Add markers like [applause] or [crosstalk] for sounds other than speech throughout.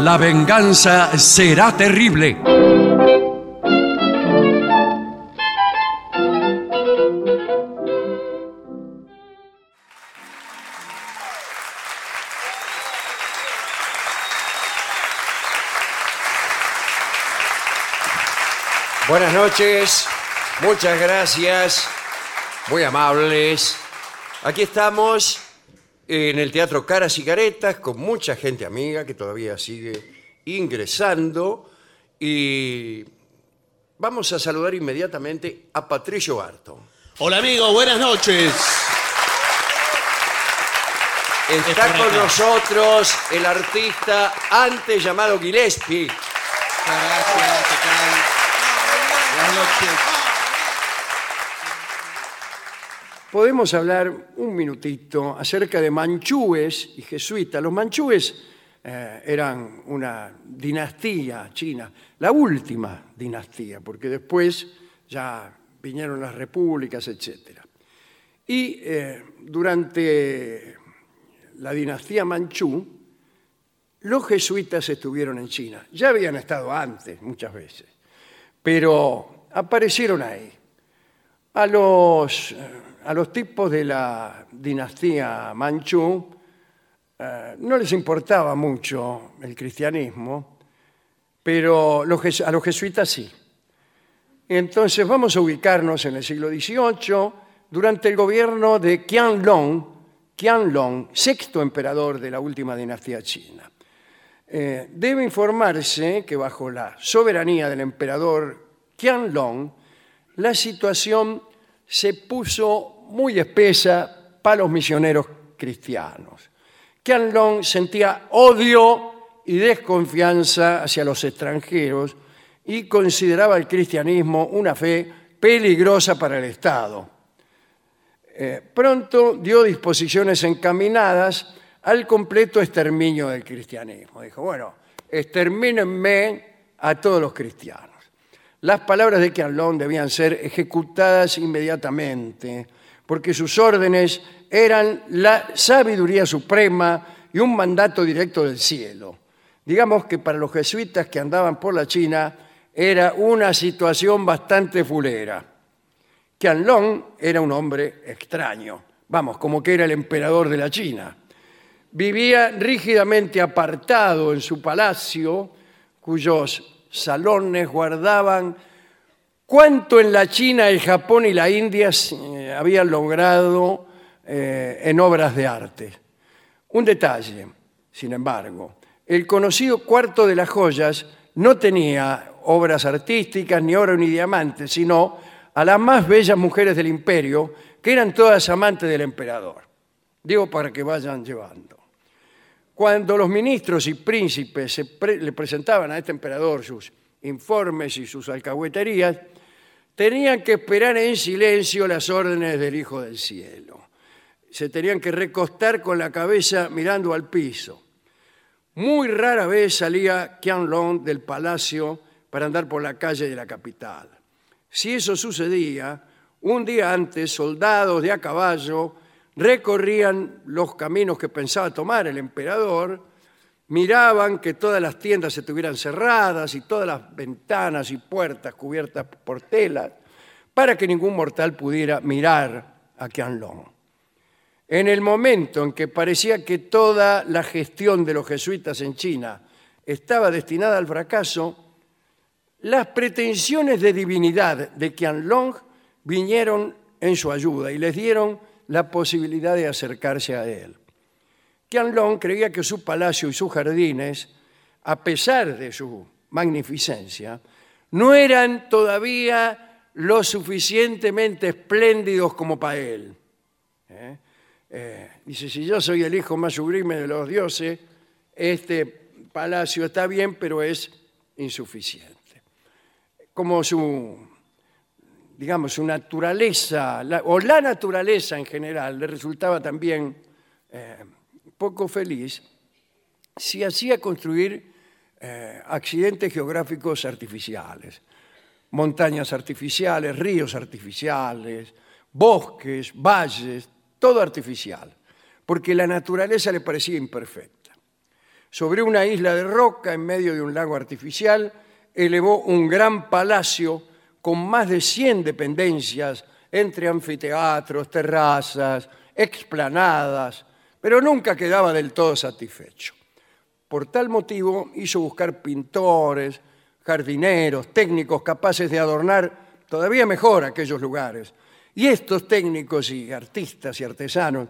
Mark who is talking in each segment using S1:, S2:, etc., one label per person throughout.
S1: La venganza será terrible.
S2: Buenas noches, muchas gracias, muy amables. Aquí estamos en el Teatro Caras y Caretas con mucha gente amiga que todavía sigue ingresando y vamos a saludar inmediatamente a Patricio Barton.
S3: Hola amigo, buenas noches.
S2: Está
S3: por
S2: con
S3: acá.
S2: nosotros el artista antes llamado Gillespie.
S4: Gracias, ¿qué tal? Buenas noches.
S2: podemos hablar un minutito acerca de manchúes y jesuitas. Los manchúes eh, eran una dinastía china, la última dinastía, porque después ya vinieron las repúblicas, etc. Y eh, durante la dinastía manchú, los jesuitas estuvieron en China. Ya habían estado antes, muchas veces, pero aparecieron ahí a los, eh, a los tipos de la dinastía manchú eh, no les importaba mucho el cristianismo, pero los jes- a los jesuitas sí. Entonces vamos a ubicarnos en el siglo XVIII durante el gobierno de Qianlong, Qianlong, sexto emperador de la última dinastía china. Eh, debe informarse que bajo la soberanía del emperador Qianlong, la situación se puso muy espesa para los misioneros cristianos. Qianlong sentía odio y desconfianza hacia los extranjeros y consideraba el cristianismo una fe peligrosa para el Estado. Eh, pronto dio disposiciones encaminadas al completo exterminio del cristianismo. Dijo, bueno, extermínenme a todos los cristianos. Las palabras de Qianlong debían ser ejecutadas inmediatamente, porque sus órdenes eran la sabiduría suprema y un mandato directo del cielo. Digamos que para los jesuitas que andaban por la China era una situación bastante fulera. Qianlong era un hombre extraño, vamos, como que era el emperador de la China. Vivía rígidamente apartado en su palacio, cuyos salones guardaban cuánto en la China, el Japón y la India eh, habían logrado eh, en obras de arte. Un detalle, sin embargo, el conocido cuarto de las joyas no tenía obras artísticas, ni oro, ni diamantes, sino a las más bellas mujeres del imperio, que eran todas amantes del emperador. Digo para que vayan llevando. Cuando los ministros y príncipes se pre- le presentaban a este emperador sus informes y sus alcahueterías, tenían que esperar en silencio las órdenes del Hijo del Cielo. Se tenían que recostar con la cabeza mirando al piso. Muy rara vez salía Qianlong del palacio para andar por la calle de la capital. Si eso sucedía, un día antes soldados de a caballo recorrían los caminos que pensaba tomar el emperador, miraban que todas las tiendas estuvieran cerradas y todas las ventanas y puertas cubiertas por telas para que ningún mortal pudiera mirar a Qianlong. En el momento en que parecía que toda la gestión de los jesuitas en China estaba destinada al fracaso, las pretensiones de divinidad de Qianlong vinieron en su ayuda y les dieron la posibilidad de acercarse a él. Qianlong creía que su palacio y sus jardines, a pesar de su magnificencia, no eran todavía lo suficientemente espléndidos como para él. Dice, si yo soy el hijo más sublime de los dioses, este palacio está bien, pero es insuficiente. Como su, digamos, su naturaleza, la- o la naturaleza en general, le resultaba también eh, poco feliz, si hacía construir eh, accidentes geográficos artificiales, montañas artificiales, ríos artificiales, bosques, valles, todo artificial, porque la naturaleza le parecía imperfecta. sobre una isla de roca en medio de un lago artificial, elevó un gran palacio con más de 100 dependencias entre anfiteatros, terrazas, explanadas, pero nunca quedaba del todo satisfecho. Por tal motivo hizo buscar pintores, jardineros, técnicos capaces de adornar todavía mejor aquellos lugares. Y estos técnicos y artistas y artesanos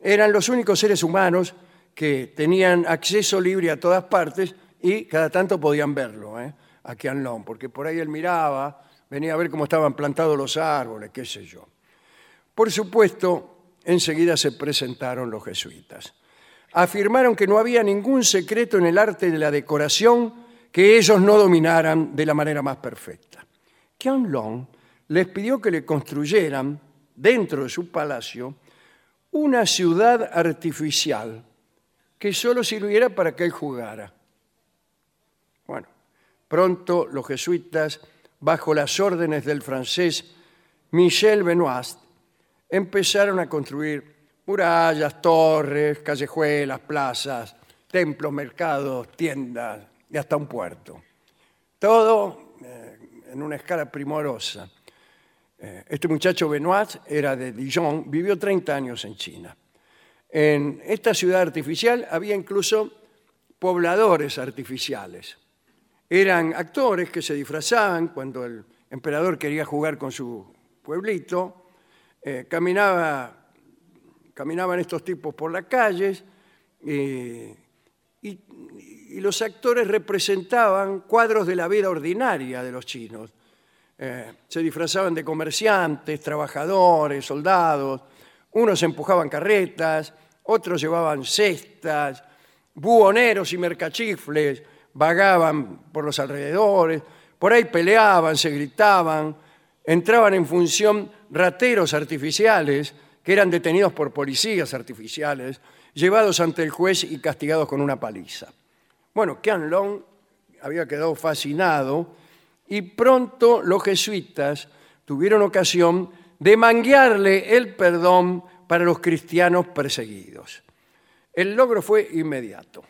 S2: eran los únicos seres humanos que tenían acceso libre a todas partes y cada tanto podían verlo ¿eh? a Quianlón, porque por ahí él miraba, venía a ver cómo estaban plantados los árboles, qué sé yo. Por supuesto, enseguida se presentaron los jesuitas. Afirmaron que no había ningún secreto en el arte de la decoración que ellos no dominaran de la manera más perfecta. Qianlong les pidió que le construyeran, dentro de su palacio, una ciudad artificial que solo sirviera para que él jugara. Bueno, pronto los jesuitas, bajo las órdenes del francés Michel Benoist, empezaron a construir murallas, torres, callejuelas, plazas, templos, mercados, tiendas y hasta un puerto. Todo eh, en una escala primorosa. Eh, este muchacho Benoist era de Dijon, vivió 30 años en China. En esta ciudad artificial había incluso pobladores artificiales. Eran actores que se disfrazaban cuando el emperador quería jugar con su pueblito. Eh, caminaba caminaban estos tipos por las calles eh, y, y los actores representaban cuadros de la vida ordinaria de los chinos. Eh, se disfrazaban de comerciantes, trabajadores, soldados, unos empujaban carretas, otros llevaban cestas, buhoneros y mercachifles vagaban por los alrededores, por ahí peleaban, se gritaban, entraban en función rateros artificiales que eran detenidos por policías artificiales, llevados ante el juez y castigados con una paliza. Bueno, Qian Long había quedado fascinado y pronto los jesuitas tuvieron ocasión de manguearle el perdón para los cristianos perseguidos. El logro fue inmediato.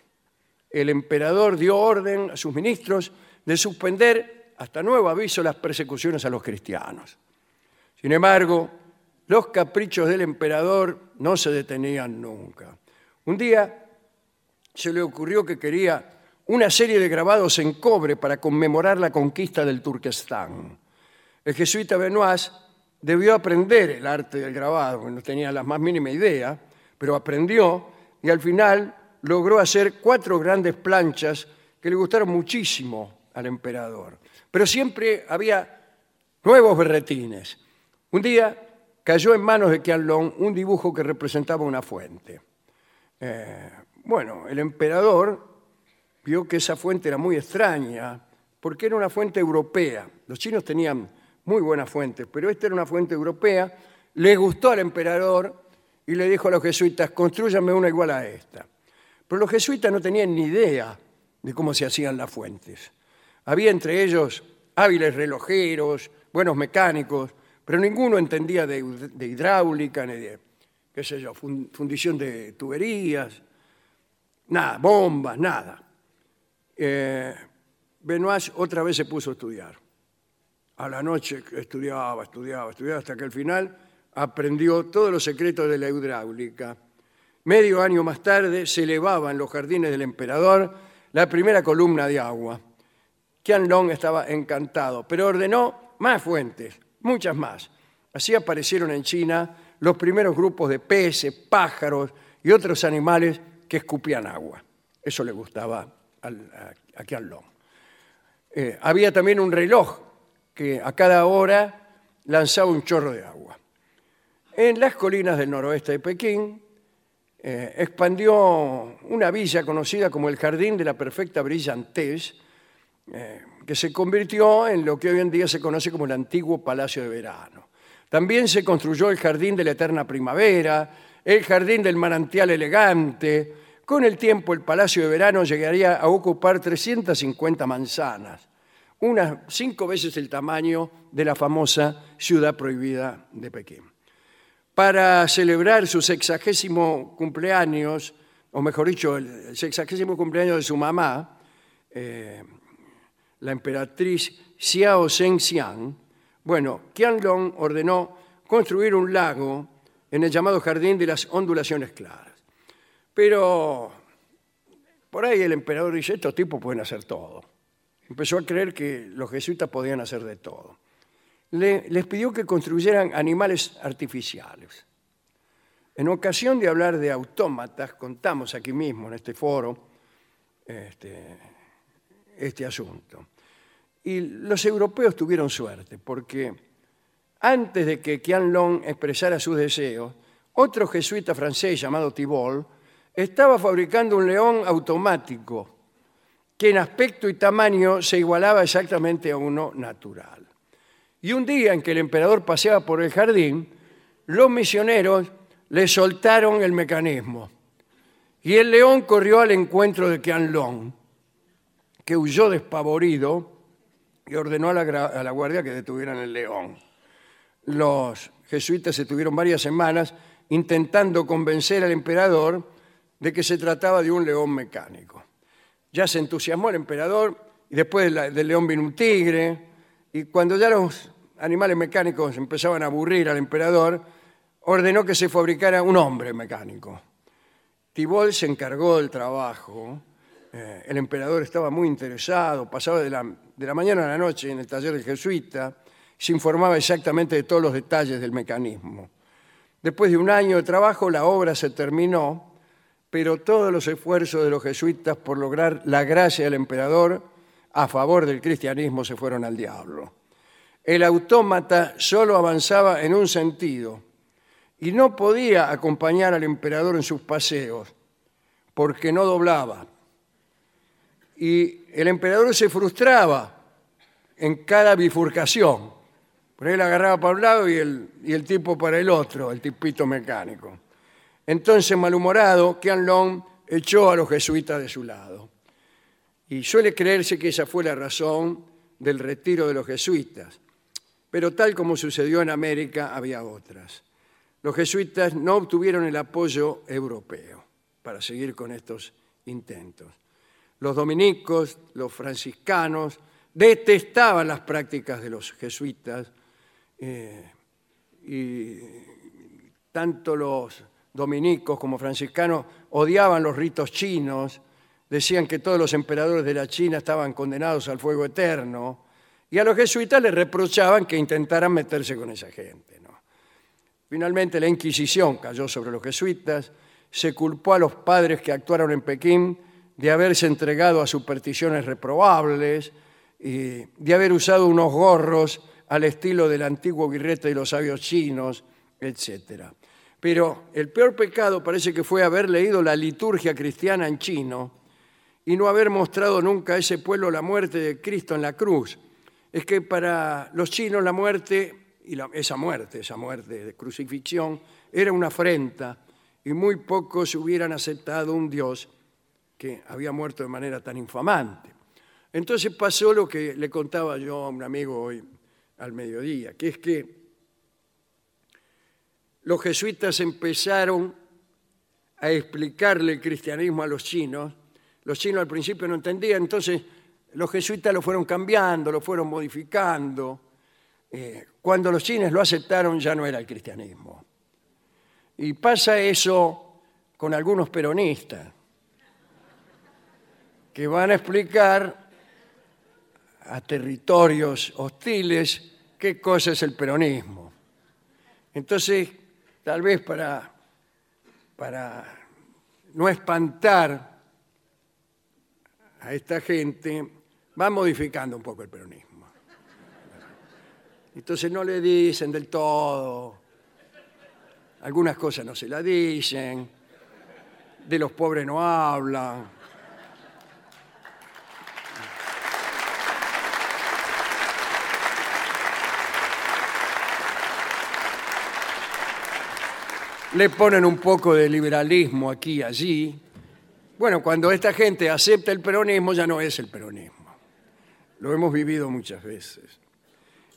S2: El emperador dio orden a sus ministros de suspender hasta nuevo aviso las persecuciones a los cristianos. Sin embargo, los caprichos del emperador no se detenían nunca. Un día se le ocurrió que quería una serie de grabados en cobre para conmemorar la conquista del Turquestán. El jesuita Benoist debió aprender el arte del grabado, no tenía la más mínima idea, pero aprendió y al final logró hacer cuatro grandes planchas que le gustaron muchísimo al emperador. Pero siempre había nuevos berretines. Un día cayó en manos de Qianlong un dibujo que representaba una fuente. Eh, bueno, el emperador vio que esa fuente era muy extraña, porque era una fuente europea. Los chinos tenían muy buenas fuentes, pero esta era una fuente europea. Le gustó al emperador y le dijo a los jesuitas, construyanme una igual a esta. Pero los jesuitas no tenían ni idea de cómo se hacían las fuentes. Había entre ellos hábiles relojeros, buenos mecánicos, pero ninguno entendía de, de hidráulica, ni de, qué sé yo, fun- fundición de tuberías, nada, bombas, nada. Eh, Benoist otra vez se puso a estudiar. A la noche estudiaba, estudiaba, estudiaba, hasta que al final aprendió todos los secretos de la hidráulica. Medio año más tarde se elevaba en los jardines del emperador la primera columna de agua. Qianlong estaba encantado, pero ordenó más fuentes, muchas más. Así aparecieron en China los primeros grupos de peces, pájaros y otros animales que escupían agua. Eso le gustaba al- a, a Qianlong. Eh, había también un reloj que a cada hora lanzaba un chorro de agua. En las colinas del noroeste de Pekín eh, expandió una villa conocida como el Jardín de la Perfecta Brillantez, que se convirtió en lo que hoy en día se conoce como el antiguo Palacio de Verano. También se construyó el Jardín de la Eterna Primavera, el Jardín del Manantial Elegante. Con el tiempo el Palacio de Verano llegaría a ocupar 350 manzanas, unas cinco veces el tamaño de la famosa Ciudad Prohibida de Pekín. Para celebrar su sexagésimo cumpleaños o mejor dicho, el sexagésimo cumpleaños de su mamá, eh, la emperatriz Xiao Zhen Xiang, bueno, Qianlong ordenó construir un lago en el llamado Jardín de las Ondulaciones Claras. Pero por ahí el emperador dice, estos tipos pueden hacer todo. Empezó a creer que los jesuitas podían hacer de todo. Le- les pidió que construyeran animales artificiales. En ocasión de hablar de autómatas, contamos aquí mismo en este foro este, este asunto. Y los europeos tuvieron suerte, porque antes de que Qianlong expresara sus deseos, otro jesuita francés llamado Tibol estaba fabricando un león automático que en aspecto y tamaño se igualaba exactamente a uno natural. Y un día en que el emperador paseaba por el jardín, los misioneros le soltaron el mecanismo. Y el león corrió al encuentro de Qianlong, que huyó despavorido y ordenó a la, gra- a la guardia que detuvieran el león. Los jesuitas se tuvieron varias semanas intentando convencer al emperador de que se trataba de un león mecánico. Ya se entusiasmó el emperador y después de la- del león vino un tigre y cuando ya los animales mecánicos empezaban a aburrir al emperador, ordenó que se fabricara un hombre mecánico. Tibol se encargó del trabajo. eh, el emperador estaba muy interesado, pasaba de la, de la mañana a la noche en el taller del jesuita, se informaba exactamente de todos los detalles del mecanismo. Después de un año de trabajo, la obra se terminó, pero todos los esfuerzos de los jesuitas por lograr la gracia del emperador a favor del cristianismo se fueron al diablo. El autómata solo avanzaba en un sentido, y no podía acompañar al emperador en sus paseos porque no doblaba. Y el emperador se frustraba en cada bifurcación. Por ahí la agarraba para un lado y el, y el tipo para el otro, el tipito mecánico. Entonces, malhumorado, Qianlong echó a los jesuitas de su lado. Y suele creerse que esa fue la razón del retiro de los jesuitas. Pero tal como sucedió en América, había otras. Los jesuitas no obtuvieron el apoyo europeo para seguir con estos intentos. Los dominicos, los franciscanos, detestaban las prácticas de los jesuitas eh, y tanto los dominicos como franciscanos odiaban los ritos chinos, decían que todos los emperadores de la China estaban condenados al fuego eterno y a los jesuitas les reprochaban que intentaran meterse con esa gente. ¿no? Finalmente la Inquisición cayó sobre los jesuitas, se culpó a los padres que actuaron en Pekín de haberse entregado a supersticiones reprobables y de haber usado unos gorros al estilo del antiguo birrete de los sabios chinos, etc. Pero el peor pecado parece que fue haber leído la liturgia cristiana en chino y no haber mostrado nunca a ese pueblo la muerte de Cristo en la cruz. Es que para los chinos la muerte, y la- esa muerte, esa muerte de crucifixión, era una afrenta y muy pocos hubieran aceptado un Dios que había muerto de manera tan infamante. Entonces pasó lo que le contaba yo a un amigo hoy al mediodía, que es que los jesuitas empezaron a explicarle el cristianismo a los chinos. Los chinos al principio no entendían, entonces los jesuitas lo fueron cambiando, lo fueron modificando. Eh, cuando los chinos lo aceptaron ya no era el cristianismo. Y pasa eso con algunos peronistas, que van a explicar a territorios hostiles qué cosa es el peronismo. Entonces, tal vez para para no espantar a esta gente, va modificando un poco el peronismo. Entonces no le dicen del todo, algunas cosas no se las dicen, de los pobres no hablan. le ponen un poco de liberalismo aquí y allí. Bueno, cuando esta gente acepta el peronismo, ya no es el peronismo. Lo hemos vivido muchas veces.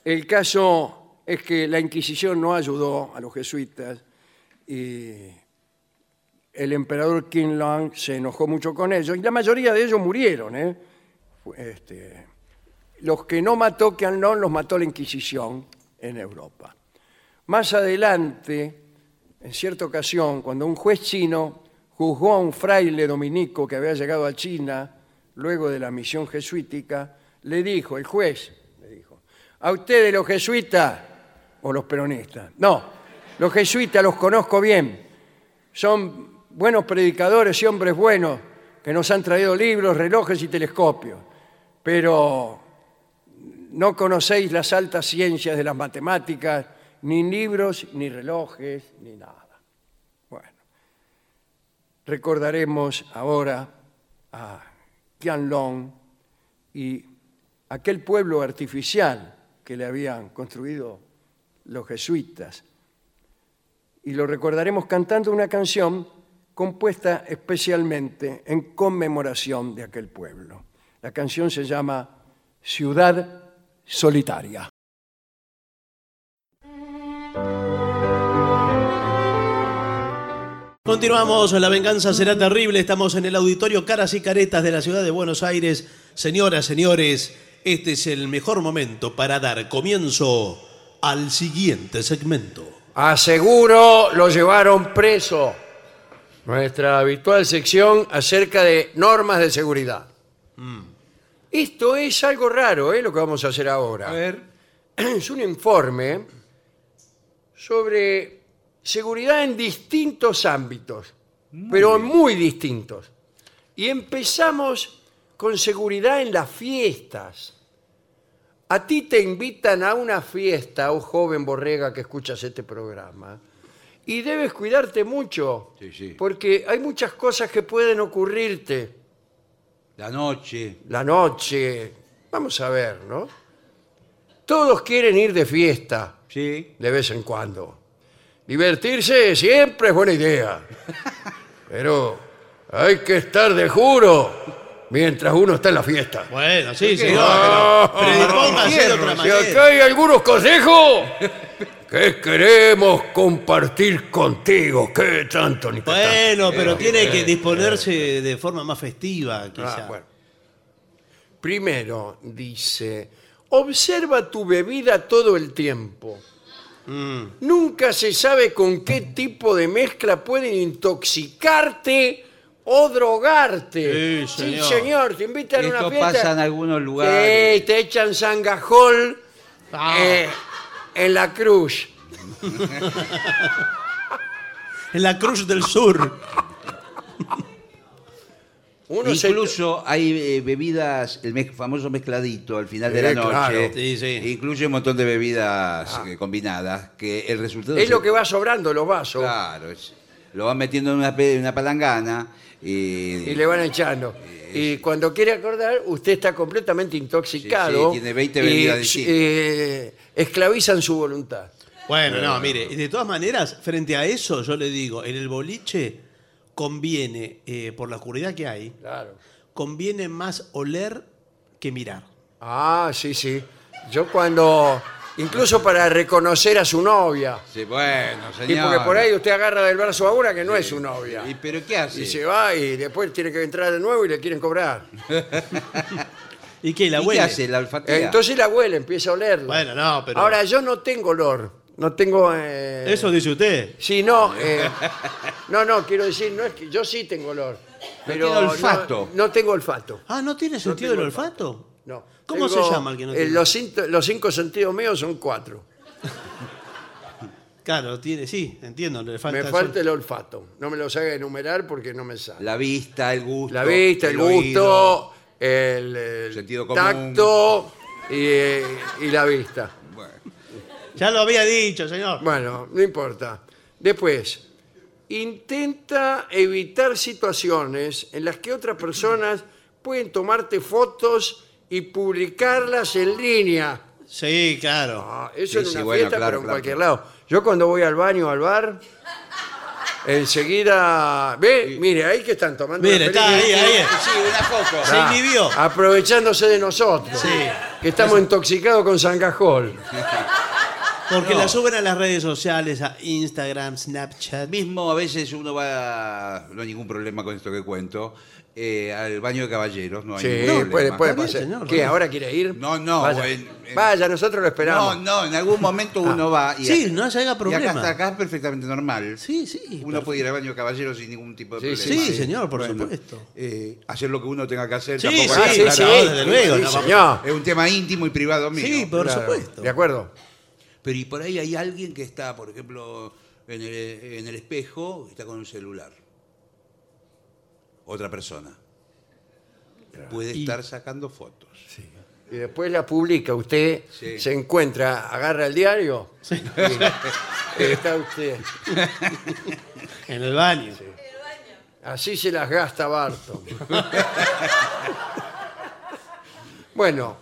S2: El caso es que la Inquisición no ayudó a los jesuitas y el emperador Qinlong se enojó mucho con ellos y la mayoría de ellos murieron. ¿eh? Fue- este, los que no mató Qianlong los mató la Inquisición en Europa. Más adelante, en cierta ocasión, cuando un juez chino juzgó a un fraile dominico que había llegado a China luego de la misión jesuítica, le dijo, el juez, le dijo, a ustedes los jesuitas o los peronistas, no, los jesuitas los conozco bien, son buenos predicadores y hombres buenos que nos han traído libros, relojes y telescopios, pero no conocéis las altas ciencias de las matemáticas, ni libros, ni relojes, ni nada. Bueno, recordaremos ahora a Qianlong y aquel pueblo artificial que le habían construido los jesuitas. Y lo recordaremos cantando una canción compuesta especialmente en conmemoración de aquel pueblo. La canción se llama Ciudad Solitaria.
S3: Continuamos, la venganza será terrible. Estamos en el auditorio Caras y Caretas de la ciudad de Buenos Aires. Señoras, señores, este es el mejor momento para dar comienzo al siguiente segmento.
S2: Aseguro lo llevaron preso. Nuestra habitual sección acerca de normas de seguridad. Esto es algo raro, ¿eh? lo que vamos a hacer ahora.
S3: Eh,
S2: [clears throat] Es un informe sobre seguridad en distintos ámbitos, pero muy distintos. Y empezamos con seguridad en las fiestas. A ti te invitan a una fiesta, oh joven borrega que escuchas este programa, y debes cuidarte mucho,
S4: Sí, sí.
S2: porque hay muchas cosas que pueden ocurrirte.
S4: La noche.
S2: La noche, vamos a ver, ¿no? Todos quieren ir de fiesta
S4: Sí.
S2: de vez en cuando. Divertirse siempre es buena idea, pero hay que estar de juro mientras uno está en la fiesta.
S3: Bueno, sí,
S4: ¿Qué?
S3: señor.
S2: Ah,
S3: pero Predisponga de otra
S2: Si
S3: manera.
S2: acá hay algunos consejos que queremos compartir contigo. ¿Qué tanto, ni qué tanto?
S3: Bueno, pero tiene que disponerse de forma más festiva,
S2: Ah,
S3: quizá.
S2: bueno. Primero, dice, observa tu bebida todo el tiempo.
S3: Mm.
S2: Nunca se sabe con qué tipo de mezcla pueden intoxicarte o drogarte.
S3: Sí, señor.
S2: señor, te invitan a una
S4: Esto
S2: fiesta.
S4: pasa en algunos lugares.
S2: Sí, te echan sangajol
S3: Ah.
S2: eh, en la cruz.
S3: En la Cruz del Sur.
S2: Uno se-
S4: Incluso hay eh, bebidas, el mez- famoso mezcladito al final de
S2: Eh,
S4: la noche.
S2: claro.
S3: Sí, sí.
S4: Incluye un montón de bebidas eh, combinadas que el resultado
S2: Ah. es
S4: es-
S2: lo que va sobrando los vasos
S4: Claro, es- lo van metiendo en una, pe- en una palangana y,
S2: y le van echando. Y cuando quiere acordar, usted está completamente intoxicado.
S4: Sí, sí, tiene 20
S2: y,
S4: bebidas distintas.
S2: eh, esclavizan su voluntad.
S3: Bueno, no, mire, de todas maneras, frente a eso, yo le digo, en el boliche conviene, eh, por la oscuridad que hay,
S2: Claro.
S3: conviene más oler que mirar.
S2: Ah, sí, sí. Yo cuando. Incluso para reconocer a su novia.
S4: Sí, bueno, señor.
S2: Y porque por ahí usted agarra del brazo a una que no es su novia.
S4: ¿Y pero qué hace?
S2: Y se va y después tiene que entrar de nuevo y le quieren cobrar.
S3: ¿Y qué? ¿La
S4: ¿Y qué
S3: huele?
S4: hace? La olfatea.
S2: Entonces la abuela empieza a olerla.
S3: Bueno, no, pero-
S2: Ahora yo no tengo olor. No tengo. eh,
S3: Eso dice usted.
S2: Sí, no, eh, no, no, quiero decir, no es que yo sí tengo olor. Pero
S4: tiene olfato.
S2: No, no tengo olfato.
S3: Ah, ¿no tiene sentido
S2: tengo
S3: el olfato?
S2: No.
S3: ¿Cómo
S2: Tengo,
S3: se llama el que no
S2: eh,
S3: tiene?
S2: los, cinto- los cinco sentidos míos son cuatro.
S3: Claro, tiene, sí, entiendo, le falta...
S2: me
S3: el
S2: falta
S3: sol.
S2: el olfato. No me los haga enumerar porque no me sale.
S4: La vista, el gusto.
S2: La vista, el,
S4: oído.
S2: gusto, el, el
S4: Sentido común.
S2: tacto y, eh, y la vista.
S3: Ya lo había dicho, señor.
S2: Bueno, no importa. Después, intenta evitar situaciones en las que otras personas pueden tomarte fotos y publicarlas en línea.
S3: Sí, claro.
S2: Ah, eso
S4: Sí,
S2: en
S4: sí,
S2: una
S4: bueno,
S2: fiesta,
S4: claro,
S2: pero en
S4: claro.
S2: cualquier lado. Yo cuando voy al baño o al bar, enseguida... Ve, mire, ahí que están tomando una
S3: Mire, está
S2: película.
S3: ahí, ahí.
S4: Sí, una foto.
S3: Se
S2: Ah,
S3: inhibió.
S2: Aprovechándose de nosotros.
S3: Sí.
S2: Que estamos intoxicados con sangajol.
S3: Porque
S4: No.
S3: la suben a las redes sociales, a Instagram, Snapchat.
S4: Mismo a veces uno va, no hay ningún problema con esto que cuento, eh, al baño de caballeros, no hay
S2: Sí,
S4: ningún problema.
S2: puede, puede
S3: Está bien,
S2: pasar.
S3: señor,
S2: ¿Qué,
S3: bueno.
S2: ahora quiere ir?
S4: No, no,
S2: Vaya,
S4: en- en-
S2: Vaya, nosotros lo
S4: No,
S2: esperamos. Ah.
S4: no, en algún momento uno va y...
S3: Sí, no se haga
S4: y acá,
S3: problema.
S4: está- acá es perfectamente normal.
S3: Sí, sí.
S4: Uno puede ir al baño de caballeros sin ningún tipo
S2: Sí,
S4: de
S2: sí,
S4: problema.
S3: Sí, señor, por
S4: Bueno,
S3: supuesto.
S4: eh, hacer lo que uno tenga que hacer.
S3: Sí,
S4: tampoco
S2: Ah,
S4: es-
S3: sí,
S4: claro,
S3: sí,
S4: ahora-
S3: desde luego,
S2: sí,
S3: no, vamos-
S2: señor.
S4: Es un tema íntimo y privado mío.
S3: Sí, por
S2: Claro,
S3: supuesto.
S2: De acuerdo.
S4: Pero y por ahí hay alguien que está, por ejemplo, en el, en el espejo, está con un celular. Otra persona. Puede estar sacando fotos.
S2: Y después la publica. Usted
S4: Sí.
S2: se encuentra, agarra el diario. y- y está usted.
S3: En el baño.
S2: Así se las gasta
S4: [laughs]
S2: Barton. bueno,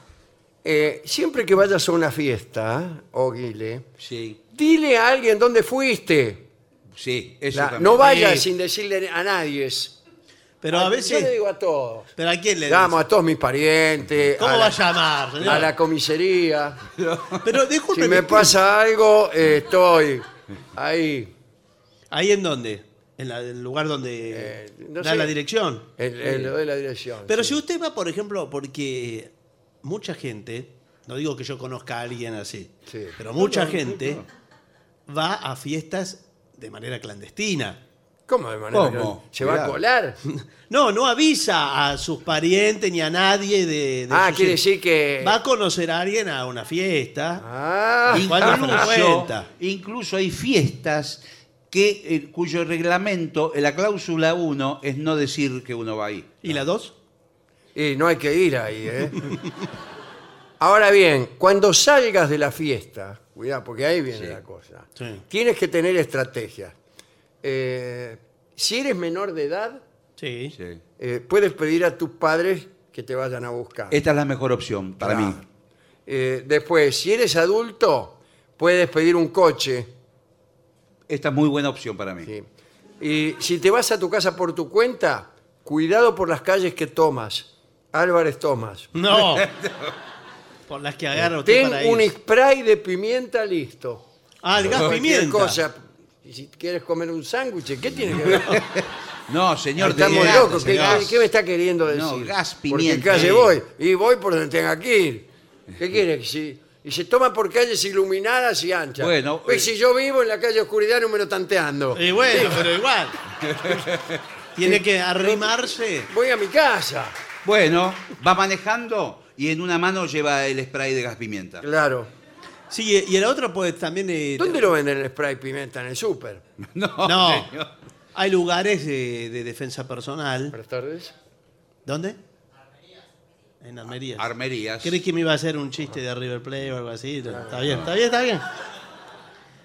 S2: eh, siempre que vayas a una fiesta, o Guile,
S4: Sí,
S2: dile a alguien dónde fuiste.
S4: sí, eso
S2: La-
S4: también.
S2: no vayas
S4: Sí.
S2: sin decirle a nadie.
S3: Pero a
S2: Yo le
S3: veces.
S2: digo a todos.
S3: ¿Pero a quién le
S2: Llamo
S3: dice?
S2: a todos mis parientes.
S3: ¿Cómo
S2: a,
S3: va a
S2: la,
S3: llamar? señor?
S2: a la comisaría.
S3: Pero
S2: Si
S3: disculpe.
S2: me pasa algo, eh, estoy ahí.
S3: ¿Ahí en dónde? ¿En la- el lugar donde
S2: Eh, no
S3: da
S2: sé.
S3: la dirección?
S2: En, en lo de la dirección.
S3: Pero
S2: sí.
S3: si usted va, por ejemplo, porque mucha gente, no digo que yo conozca a alguien así,
S2: Sí.
S3: pero mucha gente va a fiestas de manera clandestina.
S2: ¿Cómo de manera?
S4: ¿Cómo?
S2: ¿Se va a
S4: Cuidado.
S2: colar?
S3: [laughs] No, no avisa a sus parientes ni a nadie de... de
S2: Ah,
S3: su
S2: quiere
S3: círculo.
S2: decir que.
S3: Va a conocer a alguien a una fiesta.
S2: Ah,
S3: ¿cuál es la
S4: Incluso,
S3: cuenta?
S4: incluso hay fiestas que, eh, cuyo reglamento, en la cláusula 1, es no decir que uno va ahí.
S3: ¿Y la dos?
S2: y no hay que ir ahí, ¿eh? Ahora bien, cuando salgas de la fiesta, cuidado, porque ahí viene
S4: Sí.
S2: la cosa.
S3: Sí.
S2: Tienes que tener estrategias. Eh, si eres menor de edad,
S3: Sí.
S4: Sí.
S2: eh, puedes pedir a tus padres que te vayan a buscar.
S4: Esta es la mejor opción para
S2: Claro.
S4: mí.
S2: Eh, después, si eres adulto, puedes pedir un coche.
S4: Esta es muy buena opción para mí.
S2: Sí. Y si te vas a tu casa por tu cuenta, cuidado por las calles que tomas. Álvarez Tomás.
S3: No. [laughs] Por las que agarra usted
S2: Ten
S3: para
S2: un
S3: ir.
S2: spray de pimienta listo.
S3: Ah, el gas
S2: Cualquier
S3: pimienta.
S2: cosa. Y Si quieres comer un sándwich, ¿qué tiene que ver?
S4: No, señor,
S2: Estamos
S4: desde
S2: locos. ¿Qué,
S4: señor.
S2: qué- qué me está queriendo decir?
S4: No, gas
S2: Porque
S4: pimienta,
S2: calle
S4: eh.
S2: voy. Y voy por donde tenga que ir. ¿Qué quiere? Si, y se toma por calles iluminadas y anchas.
S4: Bueno,
S2: Pues
S4: eh.
S2: si yo vivo en la calle oscuridad, no me lo tanteando.
S3: Y bueno, pero
S2: [laughs]
S3: igual. Tiene que arrimarse.
S2: Voy a mi casa.
S4: Bueno, va manejando y en una mano lleva el spray de gas pimienta.
S2: Claro.
S3: Sí, y el otro puede también... eh,
S2: ¿Dónde lo venden el spray pimienta? En el súper.
S4: [laughs] No,
S3: No.
S4: señor.
S3: Hay lugares de, de defensa personal.
S2: Buenas
S4: [laughs]
S2: tardes.
S3: ¿Dónde? En Armería.
S4: Armerías.
S3: ¿Crees que me iba a hacer un chiste de River Plate o algo así? Está bien, está bien, está bien.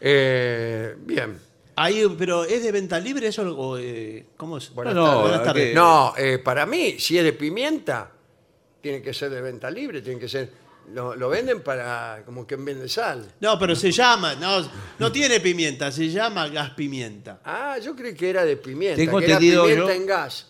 S2: Eh, bien.
S3: Ahí, pero ¿es de venta libre eso? o, eh, ¿Cómo es?
S2: Buenas
S4: No, no,
S2: tardes.
S3: buenas tardes.
S4: ¿qué?
S2: No, eh, para mí, si es de pimienta, tiene que ser de venta libre, tiene que ser. Lo, lo venden para. como que vende sal.
S3: No, pero se llama, no, no tiene pimienta, se llama gas pimienta.
S2: Ah, yo creí que era de pimienta.
S4: Tengo
S2: que era
S4: entendido
S2: pimienta
S4: yo-
S2: en gas.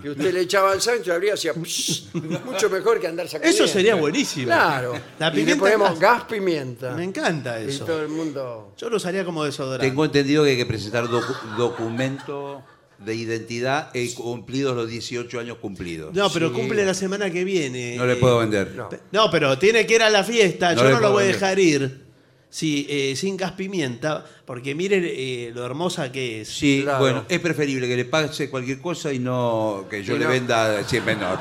S2: Que usted le echaba al sándwich y abría hacía. psh, mucho mejor que andar sacando.
S3: Eso sería buenísimo.
S2: Claro.
S3: La
S2: y le
S3: pimienta
S2: ponemos
S3: en
S2: gas, pimienta.
S3: Me encanta
S2: Y
S3: eso.
S2: todo el mundo.
S3: Yo lo usaría como desodorante.
S4: Tengo entendido que hay que presentar docu- documento de identidad y cumplidos los 18 años cumplidos. No,
S3: No, pero cumple la semana que viene.
S4: le puedo vender.
S2: No.
S3: No, pero tiene que ir a la fiesta.
S4: No
S3: Yo
S4: le
S3: no lo
S4: puedo
S3: voy a
S4: creer.
S3: dejar ir sí, eh, sin gas pimienta, porque miren eh, lo hermosa que es.
S4: Sí,
S2: Claro.
S4: bueno, es preferible que le pase cualquier cosa y no que yo
S2: Y
S4: le
S2: no-
S4: venda 100 menor.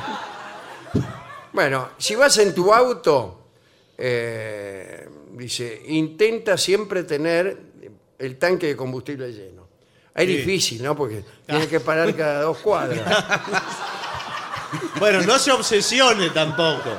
S2: Bueno, si vas en tu auto, eh, dice, intenta siempre tener el tanque de combustible lleno. Es
S3: Sí.
S2: difícil, ¿no?
S3: [laughs]
S2: Porque tienes que parar cada dos cuadras.
S3: Bueno, no se obsesione tampoco.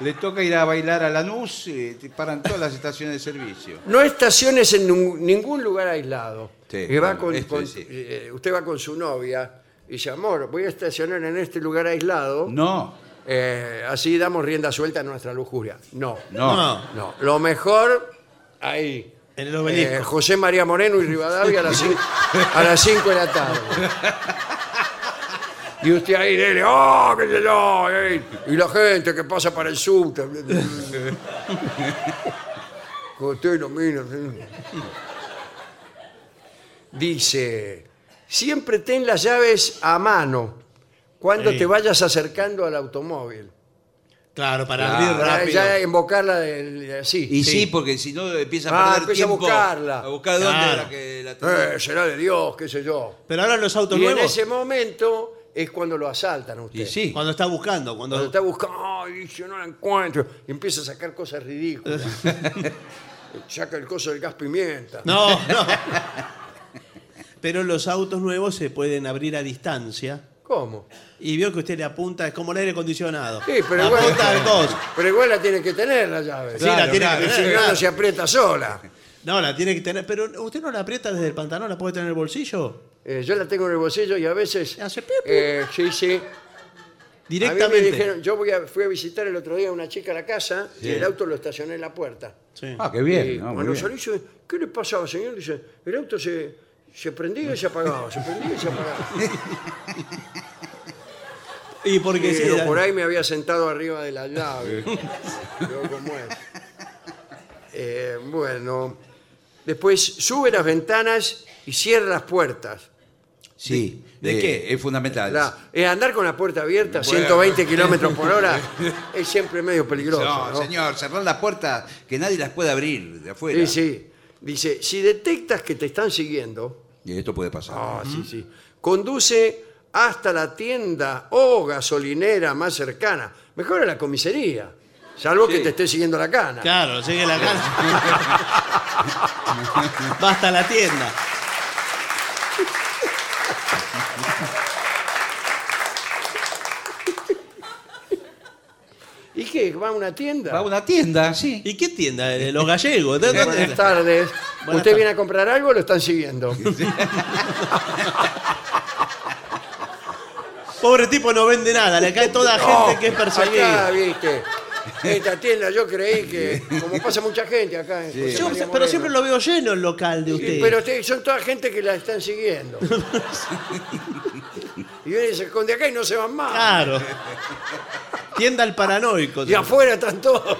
S4: Le toca ir a bailar a Lanús y te paran todas las estaciones de servicio.
S2: No estaciones en nun- ningún lugar aislado.
S4: Sí,
S2: Que va
S4: bueno,
S2: con-
S4: esto
S2: con-
S4: sí.
S2: eh, usted va con su novia y dice, amor, voy a estacionar en este lugar aislado.
S4: No,
S2: eh, así damos rienda suelta a nuestra lujuria. No,
S4: no.
S3: No.
S2: no. Lo mejor ahí.
S3: En el obelisco.
S2: Eh, José María Moreno y Rivadavia a las cin- a las 5 de la tarde. Y usted ahí, dele, ¡oh, qué sé yo! eh". Y la gente que pasa para el subte.
S5: que usted lo mira, señor.
S2: Dice, siempre ten las llaves a mano cuando
S3: Sí.
S2: te vayas acercando al automóvil.
S3: Claro, para
S4: Claro,
S3: abrir
S2: Para
S3: Ah, rápido.
S2: Ah, ya invocarla del- así.
S4: Y sí,
S3: Sí.
S4: porque si no empieza
S2: Ah,
S4: a perder
S2: empieza a
S4: tiempo
S2: buscarla.
S4: A buscar dónde
S3: Claro.
S4: la que la tenía.
S2: Eh, será de Dios, qué sé yo.
S3: Pero ahora los
S2: Y
S3: autos
S2: en
S3: nuevos,
S2: ese momento es cuando lo asaltan a usted.
S4: Y sí.
S3: cuando está buscando, cuando,
S2: Cuando está buscando, ay, yo no la encuentro. Y empieza a sacar cosas
S3: [laughs]
S2: ridículas. Saca el coso del gas pimienta.
S3: No, no. Pero los autos nuevos se pueden abrir a distancia.
S2: ¿Cómo?
S3: Y veo que usted le apunta, es como el aire acondicionado.
S2: Sí, pero
S3: Le
S2: igual,
S3: apunta al coso.
S2: pero igual la tiene que tener la llave.
S3: Sí, la tiene que
S2: porque
S3: tener,
S2: Si no,
S3: claro.
S2: no se aprieta sola.
S3: No, la tiene que tener. Pero usted no la aprieta desde el pantalón, la puede tener en el bolsillo.
S2: Eh, yo la tengo en el bolsillo y a veces...
S3: Hace pi, pi.
S2: eh, sí, sí. A mí
S3: Directamente.
S2: me dijeron, yo voy a- fui a visitar el otro día a una chica a la casa y el auto lo estacioné en la puerta.
S3: Sí.
S4: Ah, qué
S2: Y
S4: bien. no, muy
S2: cuando
S4: bien.
S2: salí, yo, ¿qué le pasaba, señor? Dice, el auto se, se prendía y se apagaba, se prendía y se apagaba.
S3: Y porque
S2: Sí,
S3: sí,
S2: pero
S3: la-
S2: por ahí me había sentado arriba de la llave. Yo, ¿cómo es? Eh, bueno, después sube las ventanas y cierra las puertas.
S4: Sí.
S3: ¿De- de
S4: eh,
S3: qué?
S4: Es fundamental.
S2: La- eh, andar con la puerta abierta a
S4: Bueno.
S2: 120 kilómetros por
S4: [laughs]
S2: hora es siempre medio peligroso.
S4: No,
S2: ¿no?
S4: señor, cerrar las puertas que nadie las puede abrir de afuera.
S2: Sí, sí. Dice, si detectas que te están siguiendo,
S4: Y esto puede pasar.
S2: Ah, sí, sí. Conduce hasta la tienda o gasolinera más cercana. Mejor a la comisaría. Salvo que te esté siguiendo la cana.
S3: Claro, sigue la casa. Va hasta la tienda.
S2: ¿Y qué? ¿Va a una tienda?
S4: Va a una tienda, sí.
S3: ¿Y qué tienda? Eh, Los gallegos. ¿De dónde?
S2: Buenas [laughs] tardes.
S3: Buenas
S2: ¿Usted
S3: tardes.
S2: viene a comprar algo o lo están siguiendo?
S3: Pobre tipo no vende nada, le cae toda gente que es
S2: Acá,
S3: perseguida.
S2: viste. Esta tienda yo creí que, como pasa mucha gente acá en José
S3: Yo-
S2: María
S3: pero
S2: Moreno.
S3: siempre lo veo lleno el local de usted.
S2: Sí, pero te- son toda gente que la están
S3: [laughs]
S2: siguiendo. y viene y se esconde acá y no se van más.
S3: Claro. Tienda al paranoico.
S2: Y afuera están todos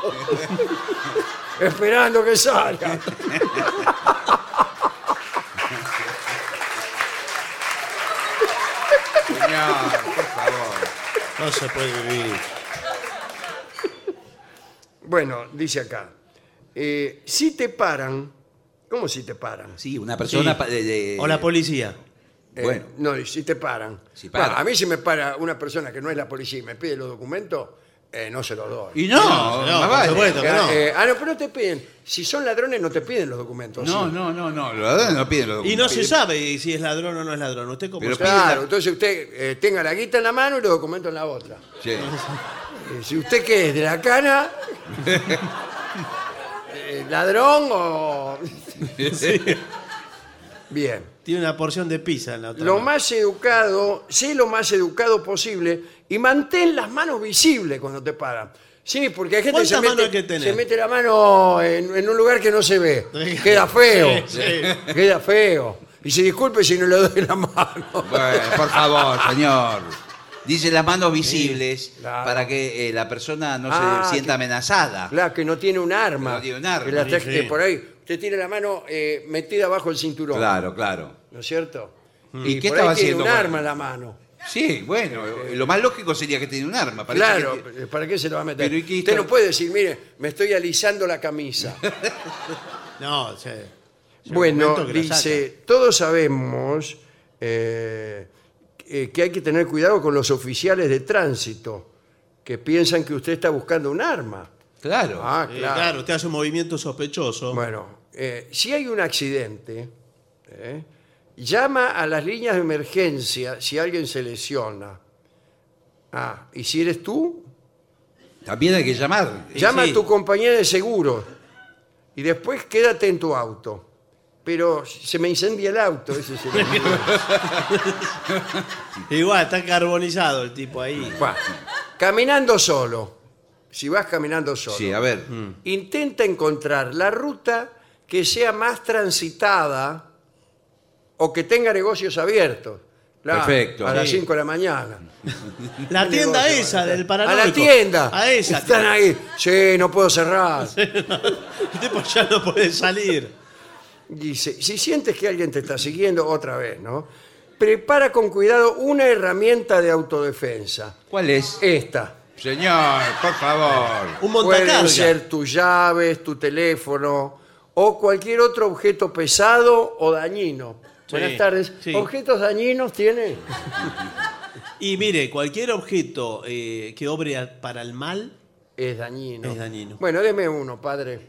S2: [laughs] esperando que salga.
S4: Señor, por favor.
S3: No se puede vivir.
S2: Bueno, dice acá, eh, si te paran, ¿cómo si te paran?
S4: Sí, una persona.
S3: Sí.
S4: pa- de- de-
S3: O la policía.
S2: Eh,
S4: Bueno.
S2: no, si te paran.
S4: Si paran.
S2: Bueno, a mí si me para una persona que no es la policía y me pide los documentos, eh, no se los doy.
S4: Y no,
S3: No, no,
S4: más
S3: por
S4: vale.
S3: supuesto. que no.
S2: Eh, ah, no, pero no te piden. Si son ladrones no te piden los documentos.
S4: No,
S2: ¿sí?
S4: no, no, no. Los ladrones no piden los
S3: Y no se
S2: eh,
S4: piden-
S3: sabe si es ladrón o no es ladrón. ¿Usted cómo
S4: Pero
S3: sabe?
S2: Claro, entonces usted eh, tenga la guita en la mano y los documentos en la otra.
S4: Sí.
S2: Eh, si usted qué es, de la cana, eh, ladrón o... Bien.
S3: Tiene una porción de pizza en la otra.
S2: Lo
S3: mano.
S2: más educado, sé lo más educado posible y mantén las manos visibles cuando te paran. Sí, porque hay gente que se mete,
S3: ¿Cuántas manos hay que tener?
S2: se mete la mano en, en un lugar que no se ve. Queda feo.
S3: Sí, sí.
S2: Queda feo. Y se disculpe si no le doy la mano.
S4: Bueno, por favor, señor. Dice las manos visibles
S2: claro.
S4: para que eh, la persona no
S2: Ah,
S4: se sienta
S2: que-
S4: amenazada.
S2: Claro, que no tiene un arma.
S4: No tiene un arma,
S2: Que la está-
S3: sí.
S2: que por ahí usted tiene la mano eh, metida bajo el cinturón.
S4: Claro, claro.
S2: ¿No es cierto?
S4: ¿Y qué
S2: por
S4: estaba
S2: ahí tiene
S4: haciendo?
S2: un arma en la mano.
S4: Sí, bueno, lo más lógico sería que tiene un arma. parece
S2: claro, eh,
S4: que-
S2: ¿para qué se lo va a meter?
S4: Pero ¿y qué
S2: Usted
S4: hizo?
S2: no puede decir, mire, me estoy alisando la
S4: [laughs]
S2: camisa.
S3: No, sí. Llega un
S2: bueno,
S3: momento que la
S2: dice, todos sabemos eh, eh, que hay que tener cuidado con los oficiales de tránsito que piensan que usted está buscando un arma.
S4: Claro.
S2: Ah,
S3: sacan. Eh,
S2: claro.
S3: claro. usted hace un movimiento sospechoso.
S2: Bueno, eh, si hay un accidente, ¿eh? llama a las líneas de emergencia si alguien se lesiona. Ah, y si eres tú,
S4: También hay que llamar.
S3: Y
S2: Llama
S3: sí.
S2: a tu compañía de seguro y después quédate en tu auto. Pero se me incendia el auto. ese es el problema.
S3: [laughs] Igual, está carbonizado el tipo ahí.
S2: Buah. caminando solo. Si vas caminando solo.
S4: Sí, a ver.
S3: Mm.
S2: Intenta encontrar la ruta que sea más transitada o que tenga negocios abiertos. Claro,
S5: Perfecto.
S2: A las
S3: Sí.
S2: 5 de la mañana.
S3: La tienda
S2: negocio,
S3: esa
S2: vale.
S3: del Paraná.
S2: A la tienda.
S3: A esa.
S2: Están ahí. Sí, no puedo
S3: [laughs]
S2: cerrar.
S3: El tipo ya no puede salir.
S2: Dice, si sientes que alguien te está siguiendo otra vez, ¿no? Prepara con cuidado una herramienta de autodefensa.
S4: ¿Cuál es?
S2: Esta.
S5: Señor, por favor.
S3: Un
S2: Pueden
S3: montacarga.
S2: ser tus llaves, tu teléfono o cualquier otro objeto pesado o dañino.
S3: Sí,
S2: Buenas tardes.
S3: sí.
S2: ¿Objetos dañinos tiene?
S3: Y mire, cualquier objeto eh, que obre a- para el mal.
S2: Es dañino.
S3: Es dañino.
S2: Bueno, deme uno,
S3: [laughs]
S2: padre.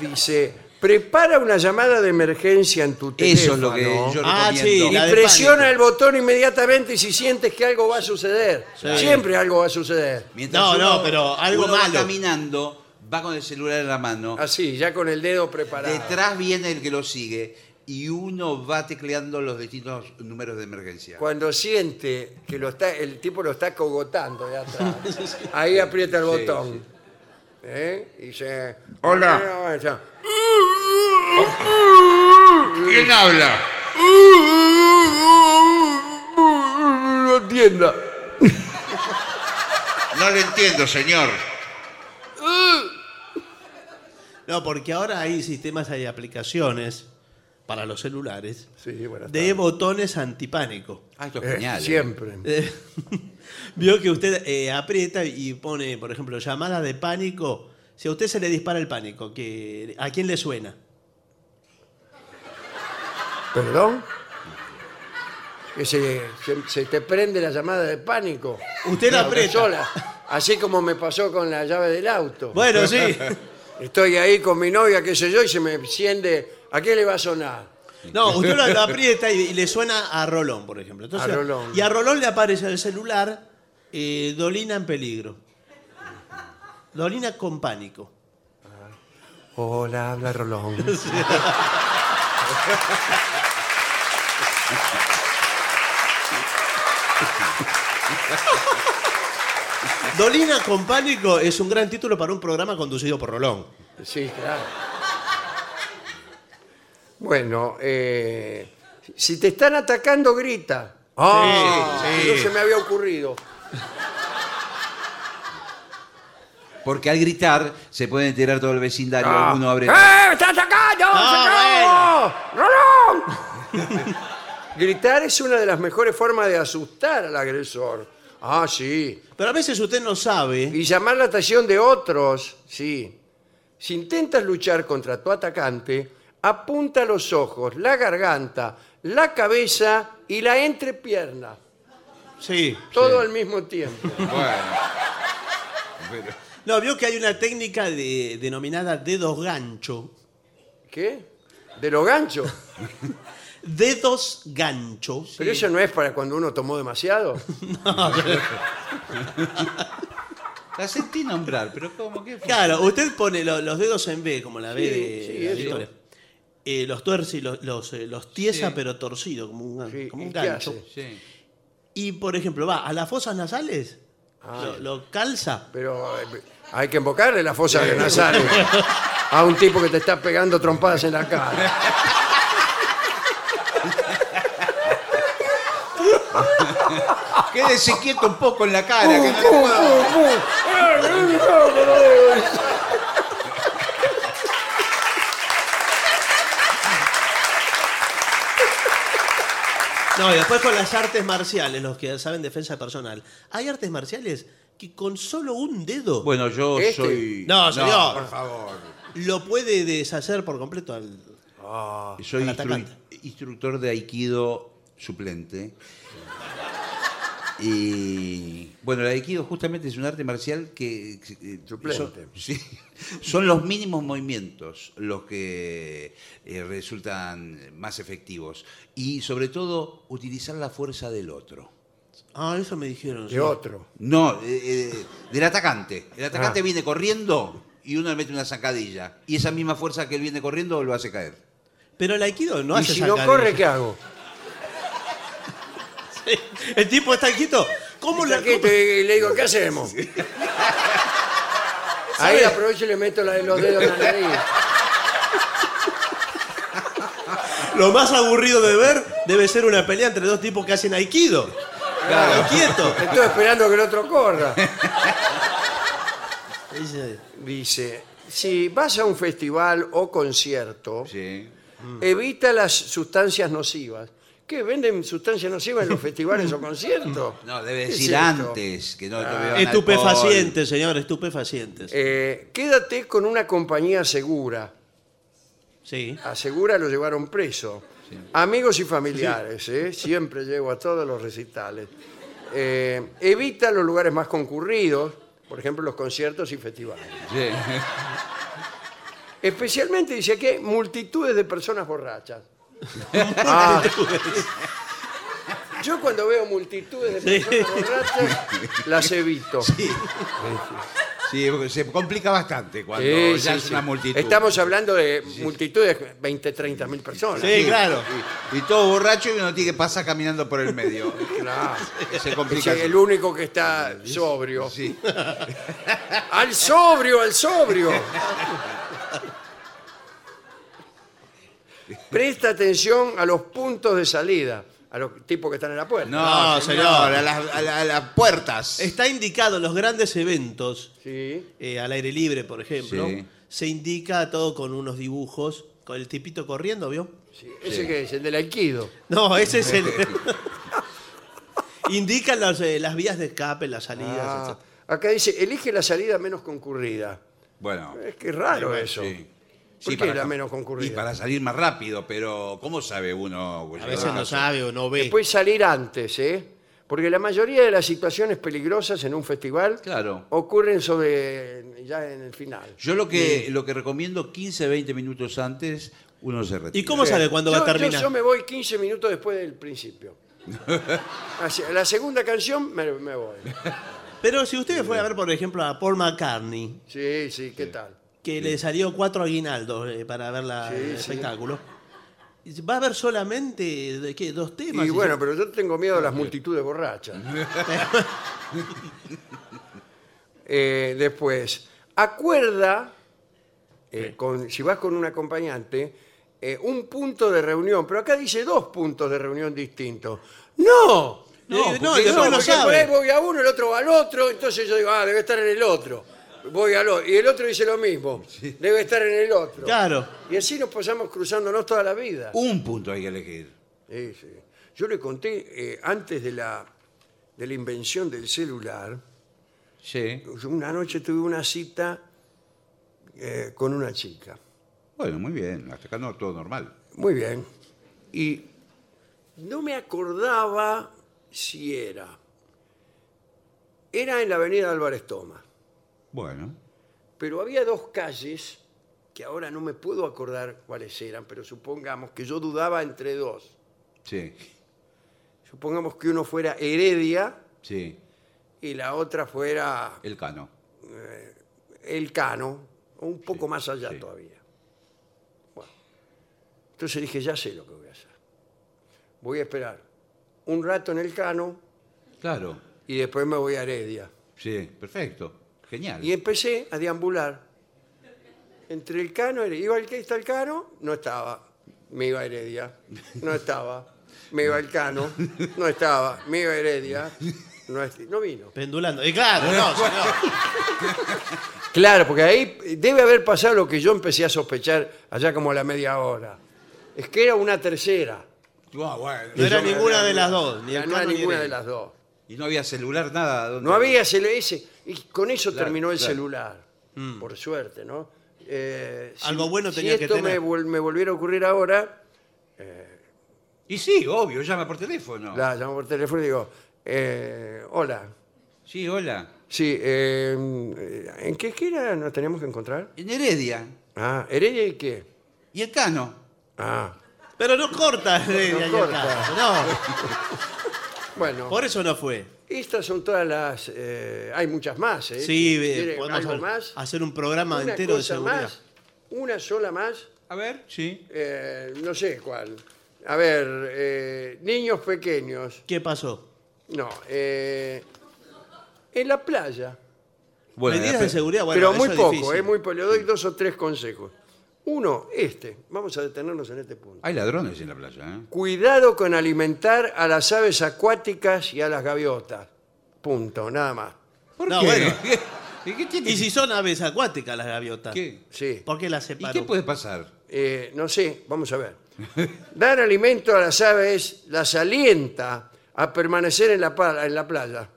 S2: Dice, prepara una llamada de emergencia en tu teléfono.
S4: Eso es lo que yo
S3: Ah,
S4: recomiendo.
S3: sí,
S2: Y
S3: la- de
S2: presiona
S3: pánico.
S2: el botón inmediatamente y si sientes que algo va a suceder.
S3: Sí.
S2: Siempre algo va a suceder.
S4: Mientras
S3: No,
S4: uno-
S3: no, pero algo
S4: uno va
S3: malo. Ah,
S4: caminando, va con el celular en la mano,
S2: Así, ya con el dedo preparado.
S4: detrás viene el que lo sigue y uno va tecleando los distintos números de emergencia.
S2: Cuando siente que lo está, el tipo lo está cogotando de atrás, ahí aprieta el
S4: Sí,
S2: botón.
S4: sí.
S2: ¿Eh? Y dice,
S5: Hola.
S2: "Bueno, ya".
S5: ¿Quién habla?
S2: No entienda.
S4: No lo entiendo, señor.
S3: No, porque ahora hay sistemas, hay aplicaciones para los celulares
S2: Sí, bueno.
S3: de botones antipánico. [laughs]
S4: Ah, esto es genial. ¿eh?
S2: siempre.
S3: Eh, Vio que usted eh, aprieta y pone, por ejemplo, llamada de pánico. Si a usted se le dispara el pánico, que ¿a quién le suena?
S2: ¿Perdón? Que se, se- se te prende la llamada de pánico.
S3: Usted la
S2: Una
S3: aprieta.
S2: sola. Así como me pasó con la llave del auto.
S3: Bueno, sí.
S2: Estoy ahí con mi novia, qué sé yo, y se me enciende. ¿A qué le va a sonar?
S3: No, usted lo, lo aprieta y, y le suena a Rolón, por ejemplo. Entonces,
S2: A Rolón.
S3: Y a Rolón le aparece en el celular eh, Dolina en peligro. Dolina con pánico.
S2: Hola, habla Rolón.
S3: Dolina con pánico es un gran título para un programa conducido por Rolón.
S2: [laughs] Sí, claro. Bueno, eh, si te están atacando, grita.
S3: sí.
S2: No se me había ocurrido.
S4: Porque al gritar se puede enterar todo el vecindario,
S2: Ah.
S4: alguno abre.
S2: ¡Eh! ¡Me están atacando!
S3: Ah,
S2: ¡Se acabó! ¡Rolón! Gritar es una de las mejores formas de asustar al agresor. Ah, sí.
S3: Pero a veces usted no sabe.
S2: Y llamar la atención de otros, sí. Si intentas luchar contra tu atacante, apunta los ojos, la garganta, la cabeza y la entrepierna.
S3: Sí.
S2: Todo al mismo tiempo.
S5: Bueno. Pero-
S3: No, vio que hay una técnica de- denominada dedos gancho.
S2: ¿Qué? De los ganchos.
S3: Dedos gancho.
S2: Pero eso no es para cuando uno tomó demasiado.
S4: La sentí nombrar, pero como que.
S3: Claro, usted pone lo- los dedos en V, como la V de
S2: sí,
S3: la
S2: eso.
S3: victoria. Eh, los tuerce y los, los, eh, los tiesa, pero torcido, como un,
S2: Sí,
S3: como
S2: ¿y
S3: un
S2: qué
S3: gancho.
S2: hace?
S4: Sí.
S3: Y, por ejemplo, va a las fosas nasales,
S2: Ah,
S3: lo, lo calza.
S2: Pero eh, hay que invocarle la fosa de nasal a un tipo que te está pegando trompadas en la cara.
S4: Quédese quieto un poco en la cara. que no
S3: Uh,
S4: le
S2: ¡Pum,
S4: puedo-
S2: pum, pum!
S3: No, y después con las artes marciales, los que saben defensa personal. Hay artes marciales que con solo un dedo
S4: Bueno, yo
S2: Este.
S4: soy.
S3: No, señor.
S4: por favor.
S3: lo puede deshacer por completo al...
S4: Soy
S3: Al
S4: instru-
S3: atacante.
S4: instructor de Aikido suplente. Y bueno, el Aikido justamente es un arte marcial que... que- eh,
S2: Suplente.
S4: son- sí. son los mínimos movimientos los que eh, resultan más efectivos. Y sobre todo, utilizar la fuerza del otro.
S3: Ah, eso me dijeron. sí.
S2: De otro.
S4: No, eh, eh, del atacante. El atacante viene corriendo y uno le mete una zancadilla. Y esa misma fuerza que él viene corriendo lo hace caer.
S3: Pero el aikido no
S2: y
S3: hace
S2: si no
S3: zancadillas.
S2: corre, ¿qué hago?
S3: [laughs] El tipo está quieto. ¿Cómo la,
S2: Aquí estoy- y le digo, ¿qué hacemos? Ahí aprovecho y le meto la de los dedos en la nariz.
S3: Lo más aburrido de ver debe ser una pelea entre dos tipos que hacen aikido. Claro. Quieto.
S2: Estoy esperando que el otro corra. Dice, si vas a un festival o concierto,
S4: Sí.
S2: evita las sustancias nocivas. ¿Qué? ¿Venden sustancias nocivas en los festivales o conciertos?
S4: No, debe
S2: ¿Qué es
S4: decir
S2: esto?
S4: antes que no
S3: Ah.
S4: te beban alcohol.
S3: Estupefacientes, señor, estupefacientes.
S2: Eh, quédate con una compañía segura.
S3: Sí.
S2: A segura lo llevaron preso. Amigos y familiares, ¿eh? siempre llevo a todos los recitales. Eh, evita los lugares más concurridos, por ejemplo los conciertos y festivales.
S4: Sí.
S2: Especialmente dice que multitudes de personas
S4: [laughs]
S2: borrachas. Ah, yo cuando veo multitudes de
S3: Sí.
S2: personas borrachas las evito.
S4: Sí, porque se complica bastante cuando
S2: Sí,
S4: ya
S2: sí,
S4: es
S2: sí.
S4: una multitud.
S2: Estamos hablando de multitudes, 20, 30 mil personas.
S3: Sí, claro.
S4: Y, y todo borracho y uno tiene que pasar caminando por el medio. [laughs]
S2: Claro.
S4: Se
S2: Es
S4: complica.
S2: el único que está sobrio.
S4: Ah, Sí.
S2: [laughs] Al sobrio, al
S4: [laughs]
S2: sobrio. Presta atención a los puntos de salida, a los tipos que están en la puerta.
S4: No,
S3: No,
S4: señor,
S3: señor.
S4: a las, a la- a las puertas.
S3: Está indicado en los grandes eventos,
S2: Sí.
S3: eh, al aire libre, por ejemplo,
S4: Sí.
S3: se indica todo con unos dibujos, con el tipito corriendo, ¿vio?
S2: sí. Ese que es el del Aikido.
S3: No, ese es el... Indican las, eh, las vías de escape, las salidas.
S2: Ah,
S3: etc.
S2: acá dice, elige la salida menos concurrida.
S4: Bueno.
S2: Es que es raro eso.
S4: Sí.
S2: ¿Por
S4: Sí,
S2: qué
S4: para-
S2: la menos concurrida?
S4: Y para salir más rápido, pero ¿cómo sabe uno? Pues
S3: A veces no sabe o no ve.
S2: Después salir antes, ¿eh? Porque la mayoría de las situaciones peligrosas en un festival
S4: Claro.
S2: ocurren sobre ya en el final.
S4: Yo lo que, lo que recomiendo 15, 20 minutos antes, uno se retira.
S3: ¿Y cómo sabe cuándo va a
S2: Yo- yo-
S3: terminar?
S2: Yo, me voy 15 minutos después del principio. Así, la segunda canción me, me voy.
S3: Pero si usted fue a ver, por ejemplo, a Paul McCartney,
S2: Sí, sí, ¿qué tal?
S3: que le salió cuatro aguinaldos eh, para ver la,
S2: Sí,
S3: el
S2: sí.
S3: espectáculo, y va a ver solamente de qué, dos temas.
S2: Y
S3: se-
S2: bueno, pero yo tengo miedo a las multitudes borrachas. Eh, después, acuerda, eh, con, si vas con un acompañante, eh, un punto de reunión, pero acá dice dos puntos de reunión distintos. ¡No!
S3: No,
S4: No,
S3: Eh, no,
S4: porque
S3: y después
S2: no,
S3: no
S2: porque por ahí
S3: sabe.
S2: voy a uno, el otro va al otro, entonces yo digo, ah, debe estar en el otro. Voy al otro. Y el otro dice lo mismo, debe estar en el otro.
S3: Claro.
S2: Y así nos pasamos cruzándonos toda la vida.
S4: Un punto hay que elegir.
S2: Sí, sí. Yo le conté eh, antes de la, de la invención del celular,
S4: Sí.
S2: yo una noche tuve una cita eh, con una chica.
S4: Bueno, muy bien. Hasta acá no, todo normal.
S2: Muy bien. Y no me acordaba si era. Era en la avenida Álvarez Toma,
S4: Bueno.
S2: pero había dos calles que ahora no me puedo acordar cuáles eran, pero supongamos que yo dudaba entre dos.
S4: Sí.
S2: Supongamos que uno fuera Heredia
S4: Sí.
S2: y la otra fuera
S4: El cano.
S2: el Cano, o un poco más allá
S4: sí.
S2: todavía. Bueno, entonces dije, ya sé lo que voy a hacer. Voy a esperar un rato en el Cano
S4: Claro.
S2: y después me voy a Heredia.
S4: Sí. Perfecto. Genial.
S2: Y empecé a deambular. Entre el Cano, Heredia. iba al que está el Cano, no estaba. Me iba a Heredia, no estaba. Me iba el Cano, no estaba. Me iba a Heredia, no, est- no vino.
S3: Pendulando. Y claro, no, señor.
S2: Claro, porque ahí debe haber pasado lo que yo empecé a sospechar allá como a la media hora. Es que era una tercera.
S4: Ah, bueno.
S3: No era ninguna de las dos. Ni el
S2: no era
S3: Cano ni
S2: ninguna
S3: el-
S2: de las dos.
S4: Y no había celular, nada. ¿dónde?
S2: No había CLS. Y con eso
S4: Claro,
S2: terminó el
S4: claro.
S2: celular. Por suerte, ¿no? Eh, si-
S3: Mm. Algo bueno
S2: si
S3: tenía que
S2: esto
S3: tener.
S2: Me, vol- me volviera a ocurrir ahora,
S4: Y sí, obvio, llama por teléfono.
S2: la llamo por teléfono y digo, eh, hola.
S4: Sí, hola.
S2: Sí, eh, ¿en qué esquina nos tenemos que encontrar?
S4: En Heredia.
S2: Ah, Heredia y qué.
S4: Y el cano.
S2: Ah,
S3: Pero no corta. eh, Heredia, ni el
S2: corta.
S3: Cano, No,
S2: bueno.
S3: por eso no fue.
S2: Estas son todas las. eh, hay muchas más, ¿eh?
S3: Sí, eh,
S2: ¿Quiere
S3: podemos
S2: algo
S3: ha-
S2: más?
S3: hacer un programa
S2: Una
S3: entero de
S2: cosa
S3: seguridad.
S2: más, una sola más,
S4: A ver. Sí.
S2: eh, no sé cuál. A ver, eh, niños pequeños.
S3: ¿Qué pasó?
S2: No, eh, en la playa.
S4: Bueno,
S3: Medidas
S4: la-
S3: de seguridad, Ah, bueno,
S2: pero
S3: eso
S2: muy
S3: es
S2: poco,
S3: difícil.
S2: eh, muy poco. Le doy dos o tres consejos. Uno, este. Vamos a detenernos en este punto.
S4: Hay ladrones en la playa, ¿eh?
S2: Cuidado con alimentar a las aves acuáticas y a las gaviotas. Punto, nada más.
S4: ¿Por
S3: No,
S4: [laughs] qué?
S3: bueno.
S4: ¿Y qué tiene?
S3: ¿Y si son aves acuáticas las gaviotas?
S4: ¿Qué?
S2: Sí.
S3: ¿Por qué las
S4: ¿Y
S3: separo?
S4: qué puede pasar?
S2: Eh, no sé, vamos a ver. [laughs] Dar alimento a las aves las alienta a permanecer en la, pa- en la playa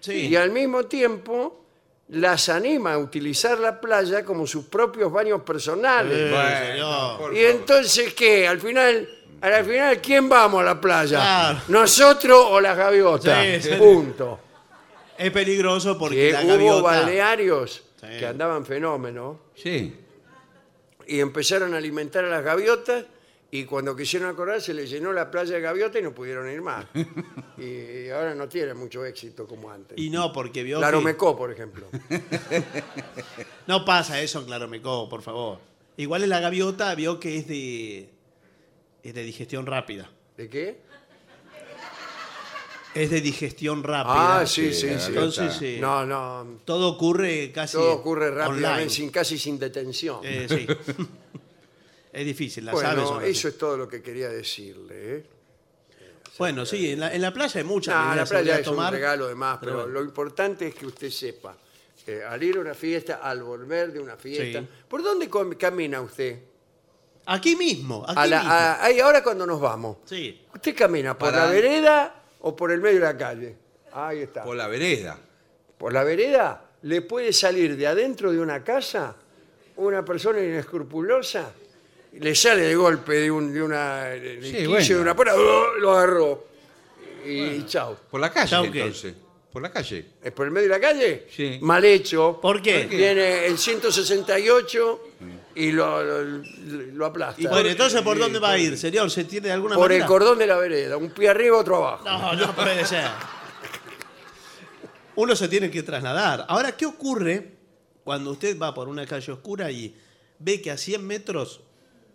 S3: Sí.
S2: y al mismo tiempo las anima a utilizar la playa como sus propios baños
S3: Eh,
S2: personales.
S3: señor.
S5: por
S2: y
S5: favor.
S2: entonces, ¿qué? Al final, al final ¿quién vamos a la playa?
S3: Claro.
S2: ¿Nosotros o las gaviotas?
S3: Sí, sí.
S2: Punto.
S3: Es peligroso porque
S2: Que
S3: la
S2: hubo
S3: gaviota...
S2: balnearios
S3: Sí.
S2: que andaban fenómeno.
S4: Sí.
S2: y empezaron a alimentar a las gaviotas y cuando quisieron acordar se les llenó la playa de gaviotas y no pudieron ir
S3: [laughs]
S2: más. y ahora no tiene mucho éxito como antes.
S3: Y no, porque vio que...
S2: Claromecó, por
S3: [laughs]
S2: ejemplo.
S3: No pasa eso en Claromecó, por favor. Igual en la gaviota vio que es de... Es de digestión rápida.
S2: ¿De qué?
S3: Es de digestión rápida.
S2: Ah, sí, sí, sí.
S3: Entonces, eh,
S2: No, no.
S3: todo ocurre casi
S2: Todo ocurre rápidamente,
S3: online.
S2: sin, casi sin detención.
S3: Eh, sí. [laughs] es difícil, las aves
S2: bueno,
S3: son así.
S2: eso es todo lo que quería decirle. ¿eh?
S3: Bueno, sí, en la, en la playa hay muchas
S2: No, la
S3: maneras de
S2: playa
S3: salir a
S2: es un
S3: tomar.
S2: regalo de más, pero
S3: bueno.
S2: lo importante es que usted sepa, eh, al ir a una fiesta, al volver de una fiesta,
S3: Sí.
S2: ¿por dónde com- camina usted?
S3: Aquí mismo, aquí
S2: A la-
S3: mismo.
S2: a- ahí ahora cuando nos vamos.
S3: Sí.
S2: ¿Usted camina por
S4: Para-
S2: la vereda o por el medio de la calle? Ahí está.
S4: Por la vereda.
S2: Por la vereda le puede salir de adentro de una casa una persona inescrupulosa, le sale de golpe de, un, de una de
S4: Sí,
S2: quicio
S4: bueno.
S2: de una puerta, ¡oh! lo agarró y chao.
S4: Por la calle,
S3: Chau, ¿qué?
S4: entonces. Por la calle.
S2: ¿Es por el medio de la calle?
S4: Sí.
S2: Mal hecho.
S3: ¿Por qué?
S2: Porque Viene el 168 y lo, lo, lo aplasta.
S3: Y bueno, entonces, ¿por dónde va a ir, señor? ¿Se tiene de alguna
S2: por el
S3: manera?
S2: cordón de la vereda, un pie arriba, otro abajo.
S3: No, no puede ser. [laughs] Uno se tiene que trasladar. Ahora, ¿qué ocurre cuando usted va por una calle oscura y ve que a 100 metros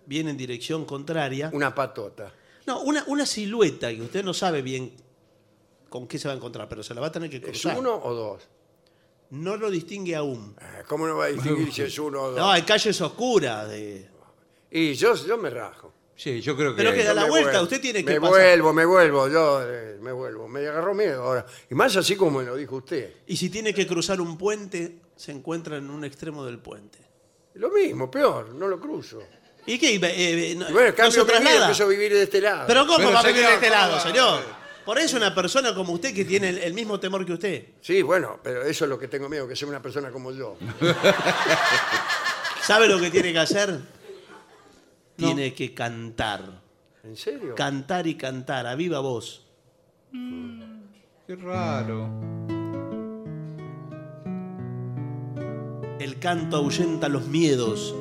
S3: viene en dirección contraria?
S2: Una patota.
S3: No, una, una silueta que usted no sabe bien con qué se va a encontrar, pero se la va a tener que
S2: ¿Es
S3: cruzar.
S2: uno o dos?
S3: No lo distingue aún.
S2: Ah, ¿Cómo no va a distinguir si es uno o dos?
S3: [laughs] No, hay calles oscuras. de-
S2: Y yo, yo me rajo.
S4: Sí, yo creo que.
S3: Pero que da
S2: Yo
S3: la
S2: me
S3: vuelta,
S2: vuelvo.
S3: usted tiene que
S2: Me
S3: pasar.
S2: vuelvo, me vuelvo, yo eh, me vuelvo. Me agarró miedo ahora. Y más así como me lo dijo usted.
S3: Y si tiene que cruzar un puente, se encuentra en un extremo del puente.
S2: Lo mismo, peor, no lo cruzo.
S3: ¿Y qué? Eh, eh, no,
S2: Y bueno,
S3: no
S2: cambio
S3: se
S2: mi vida,
S3: traslada.
S2: empiezo a vivir de este lado.
S3: Pero ¿cómo
S4: Pero,
S3: va a venir
S4: señor,
S3: de este
S4: ¿cómo
S3: lado,
S4: va?
S3: señor? Por eso una persona como usted que tiene el, el mismo temor que usted.
S2: Sí, bueno, pero eso es lo que tengo miedo, que sea una persona como yo.
S3: ¿Sabe lo que tiene que hacer? Tiene que cantar.
S2: ¿En serio?
S3: Cantar y cantar, a viva voz.
S4: Qué raro.
S3: El canto ahuyenta los miedos.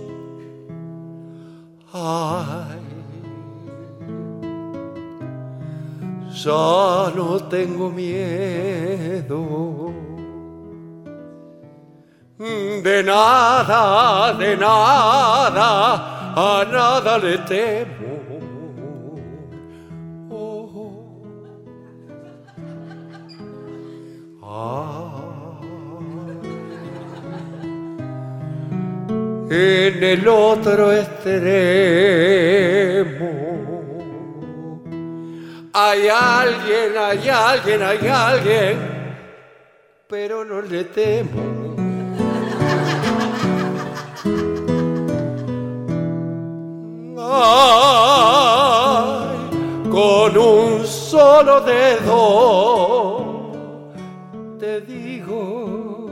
S2: Ay, ya no tengo miedo de nada, de nada, a nada le temo. Oh. Oh. Ah. en el otro extremo. Hay alguien, hay alguien, hay alguien, pero no le temo. Ay, con un solo dedo te digo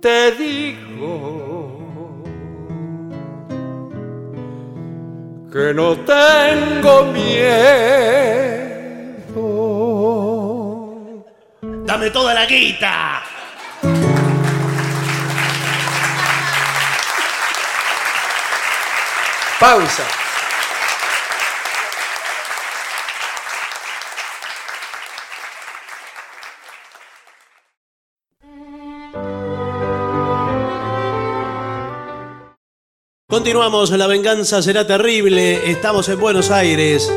S2: te digo que no tengo miedo.
S3: ¡Dame toda la guita!
S2: Pausa.
S3: Continuamos, la venganza será terrible. Estamos en Buenos Aires,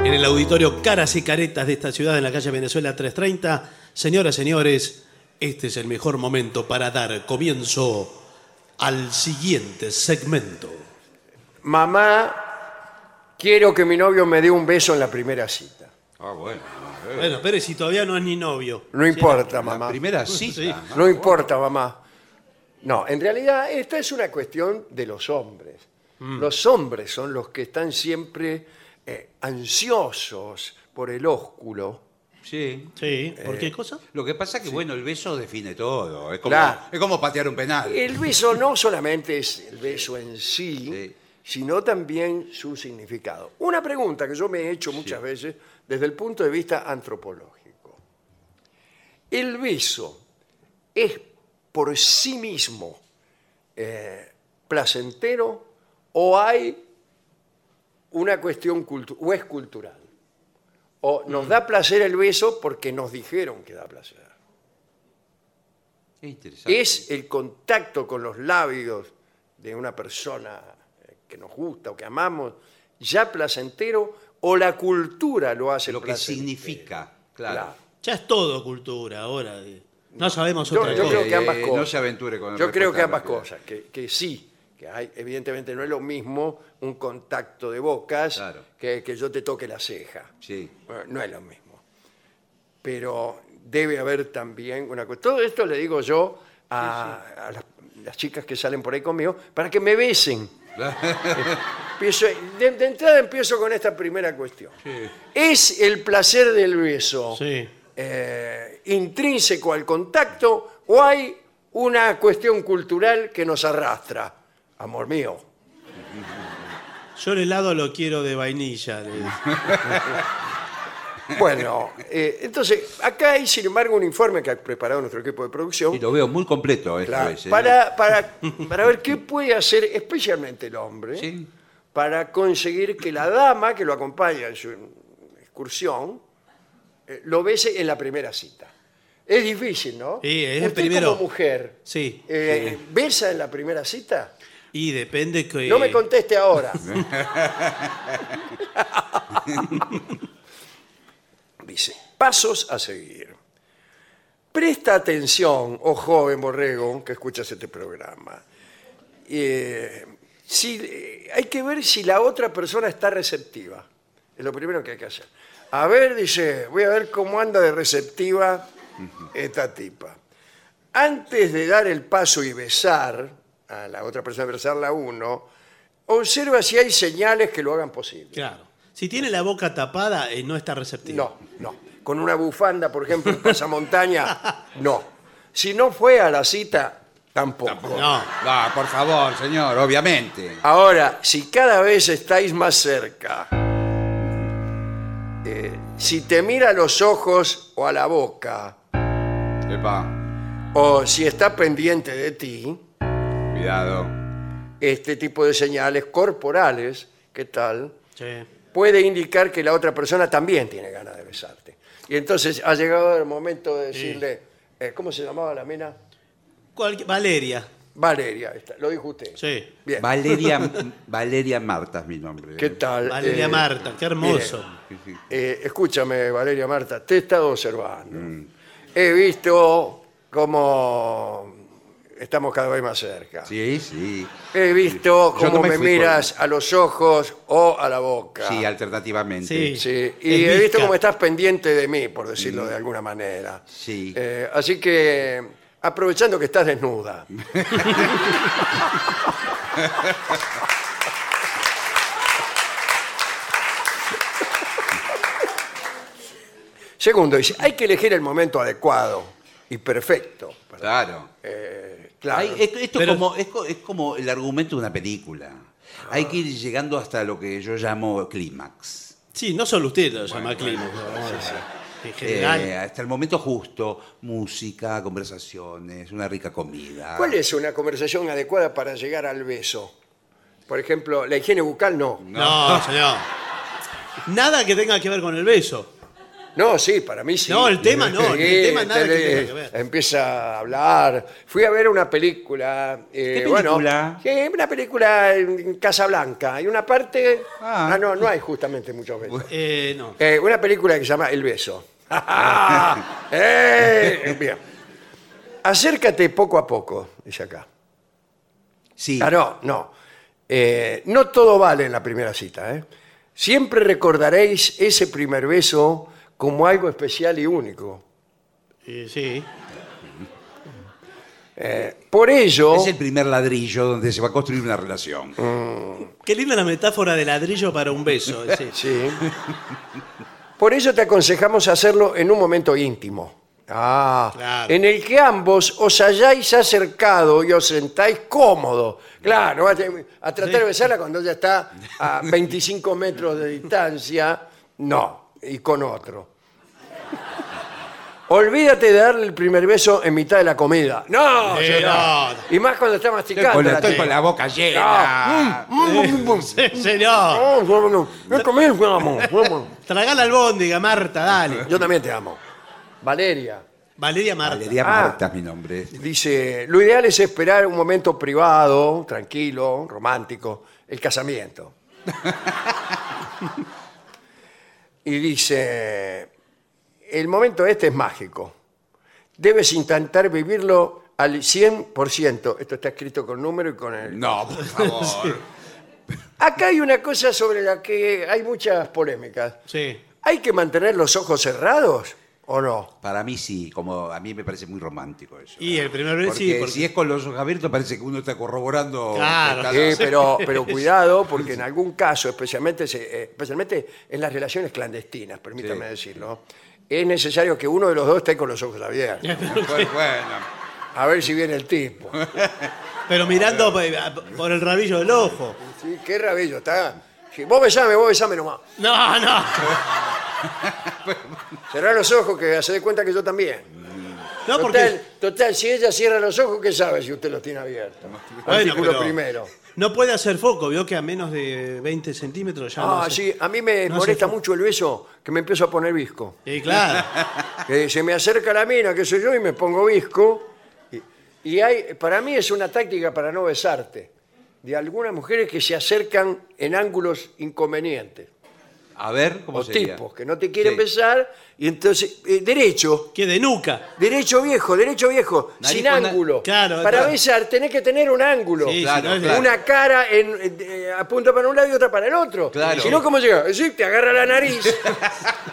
S3: en el auditorio Caras y Caretas de esta ciudad, en la calle Venezuela 330. Señoras, señores, este es el mejor momento para dar comienzo al siguiente segmento.
S2: Mamá, quiero que mi novio me dé un beso en la primera cita.
S5: Ah, bueno. eh.
S3: Bueno, pero si todavía no es ni novio.
S2: No importa,
S4: La
S2: mamá.
S4: primera cita.
S3: Sí.
S2: No importa, mamá. No, en realidad esta es una cuestión de los hombres.
S4: Mm.
S2: Los hombres son los que están siempre eh, ansiosos por el ósculo.
S4: Sí.
S3: Sí, ¿por
S2: Eh.
S3: qué cosa?
S4: Lo que pasa es que, bueno, el beso define todo. Es como,
S2: Claro.
S4: es como patear un penal.
S2: El beso no solamente es el beso en sí,
S4: Sí.
S2: sino también su significado. Una pregunta que yo me he hecho muchas veces desde el punto de vista antropológico. ¿El beso es por sí mismo eh, placentero o hay una cuestión cultu- o es cultural? ¿O nos da placer el beso porque nos dijeron que da placer?
S4: Es interesante.
S2: es el contacto con los labios de una persona eh, que nos gusta o que amamos ya placentero o la cultura lo hace
S4: lo que
S2: placentero?
S4: significa, claro.
S3: Ya es todo cultura ahora. eh. No sabemos
S2: Yo,
S3: otra
S2: yo
S3: cosa.
S2: creo que
S4: Eh,
S2: ambas
S4: eh,
S2: cosas.
S4: no se aventure con
S2: Yo creo que
S4: respuesta
S2: ambas
S4: rápida.
S2: cosas, que, que sí, que hay, evidentemente no es lo mismo un contacto de bocas
S4: Claro.
S2: que, que yo te toque la ceja.
S4: Sí.
S2: Bueno, no es lo mismo. Pero debe haber también una cuestión. Todo esto le digo yo a, a las, las chicas que salen por ahí conmigo para que me besen. Empiezo- de, de entrada empiezo con esta primera cuestión. ¿Es el placer del beso
S3: Sí.
S2: eh, intrínseco al contacto o hay una cuestión cultural que nos arrastra? Amor mío.
S3: Yo el helado lo quiero de vainilla. le-
S2: [laughs] Bueno, eh, entonces, acá hay sin embargo un informe que ha preparado nuestro equipo de producción.
S4: Y lo veo muy completo esta
S2: Claro,
S4: vez, ¿eh?
S2: para, para,
S3: [laughs]
S2: para ver qué puede hacer especialmente el hombre
S4: Sí.
S2: para conseguir que la dama que lo acompaña en su excursión eh, lo bese en la primera cita. Es difícil, ¿no?
S3: Sí, es el
S2: Usted
S3: primero.
S2: como mujer,
S3: Sí.
S2: eh, ¿besa en la primera cita?
S3: Y depende que.
S2: No me conteste ahora. Dice, pasos a seguir. Presta atención, oh joven borrego que escuchas este programa. Eh, si, eh, hay que ver si la otra persona está receptiva. Es lo primero que hay que hacer. A ver, dice, voy a ver cómo anda de receptiva esta tipa antes de dar el paso y besar a la otra persona, besarla a uno, observa si hay señales que lo hagan posible.
S3: Claro. Si tiene la boca tapada, eh, no está receptivo.
S2: No, no. Con una bufanda, por ejemplo, en pasamontaña, no. Si no fue a la cita, tampoco.
S3: No.
S4: Ah, por favor, señor, obviamente.
S2: Ahora, si cada vez estáis más cerca, eh, si te mira a los ojos o a la boca,
S5: Epa,
S2: o si está pendiente de ti,
S5: cuidado.
S2: este tipo de señales corporales, ¿qué tal?
S3: Sí.
S2: puede indicar que la otra persona también tiene ganas de besarte. Y entonces ha llegado el momento de decirle, eh, ¿cómo se llamaba la mina?
S3: Cualque- Valeria.
S2: Valeria, ahí está, lo dijo usted.
S3: Sí.
S2: Bien. [laughs]
S4: Valeria, Valeria Marta es mi nombre.
S2: ¿Qué tal?
S3: Valeria
S2: Eh,
S3: Marta, qué hermoso.
S2: eh, escúchame, Valeria Marta, te he estado observando. He visto cómo estamos cada vez más cerca.
S4: Sí, sí.
S2: He visto
S4: Yo no
S2: cómo
S4: me
S2: me,
S4: fui
S2: miras a los ojos o a la boca.
S4: Sí, alternativamente.
S3: Sí.
S2: Sí,
S3: Es
S2: y he visto
S3: visca.
S2: cómo estás pendiente de mí, por decirlo de alguna manera.
S4: Sí.
S2: Eh, así que, aprovechando que estás desnuda. Segundo, dice, hay que elegir el momento adecuado y perfecto.
S4: Claro.
S2: Eh, claro.
S4: Hay- es- esto
S3: Pero-
S4: es, como, es, co- es como el argumento de una película.
S2: Ah.
S4: Hay que ir llegando hasta lo que yo llamo clímax.
S3: Sí, no solo usted lo llama Clímax, ¿no? En general.
S4: Eh, hasta el momento justo, música, conversaciones, una rica comida.
S2: ¿Cuál es una conversación adecuada para llegar al beso? Por ejemplo, la higiene bucal no.
S3: no, señor. Nada que tenga que ver con el beso.
S2: No, sí, para mí sí.
S3: No, el tema no, el tema nada que
S2: le-
S3: tenga que ver.
S2: Empieza a hablar. Fui a ver una película. eh,
S4: ¿Qué
S2: bueno,
S4: película?
S2: sí, una película en Casablanca. Hay una parte. Ah,
S4: Ah.
S2: no, no hay justamente muchos besos.
S3: Eh, no.
S2: Eh, una película que se llama El beso. [laughs]
S4: Ah.
S2: ¡Eh! Bien. Acércate poco a poco, dice acá.
S4: Sí.
S2: Claro, no. Eh, no todo vale en la primera cita. ¿eh? Siempre recordaréis ese primer beso como algo especial y único.
S3: Eh, sí.
S2: Por ello,
S4: Es el primer ladrillo donde se va a construir una relación.
S3: Qué linda la metáfora de ladrillo para un beso. sí.
S2: Sí. por ello te aconsejamos hacerlo en un momento íntimo. Ah,
S3: Claro.
S2: en el que ambos os hayáis acercado y os sentáis cómodo. Claro, a, a tratar de besarla cuando ella está a 25 metros de distancia, no, y con otro. Olvídate de darle el primer beso en mitad de la comida. No,
S3: Sí,
S2: señor.
S3: no.
S2: Y más cuando está masticando. la chica.
S4: boca
S2: llena.
S3: Sí, señor.
S2: No, no, no, no comés, vamos, vamos.
S3: Tragá la albóndiga, Marta, dale.
S2: Yo también te amo. Valeria
S3: Valeria Marta.
S4: Valeria
S2: Ah.
S4: Marta es mi nombre.
S2: dice, lo ideal es esperar un momento privado, tranquilo, romántico, el casamiento. [laughs] y dice, el momento este es mágico. Debes intentar vivirlo al 100%. Esto está escrito con número y con el...
S4: No,
S2: [laughs]
S4: por favor.
S2: Acá hay una cosa sobre la que hay muchas polémicas.
S3: Sí.
S2: ¿Hay que mantener los ojos cerrados o no?
S4: Para mí sí, como a mí me parece muy romántico eso. ¿eh?
S3: Y el primer beso,
S4: Porque
S3: sí, porque-
S4: si es con los ojos abiertos parece que uno está corroborando.
S3: Claro.
S4: cada-
S2: Sí, pero, pero cuidado, porque en algún caso, especialmente, se- eh, especialmente en las relaciones clandestinas, permítame
S4: Sí.
S2: decirlo, es necesario que uno de los dos esté con los ojos abiertos.
S4: Bueno, bueno.
S2: A ver si viene el tipo.
S3: pero mirando por por el rabillo del ojo.
S2: Sí, qué rabello está. Sí, vos besame, vos besame nomás.
S3: No, no.
S2: Cerrá los ojos que se dé cuenta que yo también.
S3: No,
S2: Total,
S3: porque.
S2: total, si ella cierra los ojos, ¿qué sabe si usted los tiene abiertos?
S3: Bueno,
S2: Artículo
S3: pero-
S2: primero.
S3: No puede hacer foco, vio que a menos de 20 centímetros ya no.
S2: Ah,
S3: hace-
S2: sí, a mí me
S3: no hace
S2: molesta
S3: foco.
S2: mucho el beso que me empiezo a poner visco.
S3: Sí, Eh, claro. [laughs]
S2: que se me acerca la mina, qué sé yo, y me pongo visco. Y, y hay, para mí es una táctica para no besarte, de algunas mujeres que se acercan en ángulos inconvenientes,
S4: A ver, ¿cómo
S2: o
S4: sería?
S2: tipos que no te quieren
S4: Sí.
S2: besar, y entonces, eh, derecho,
S3: que de nuca.
S2: derecho viejo, derecho viejo,
S4: Nariz
S2: sin
S4: con na-
S2: ángulo.
S3: Claro,
S2: para
S3: claro.
S2: besar tenés que tener un ángulo.
S3: Sí,
S4: claro,
S3: si no es de-
S4: claro.
S2: Una cara en, eh, apunta para un lado y otra para el otro.
S4: Claro.
S2: Si no, ¿cómo llega? Eh, Sí, te agarra la
S3: [laughs]
S2: nariz.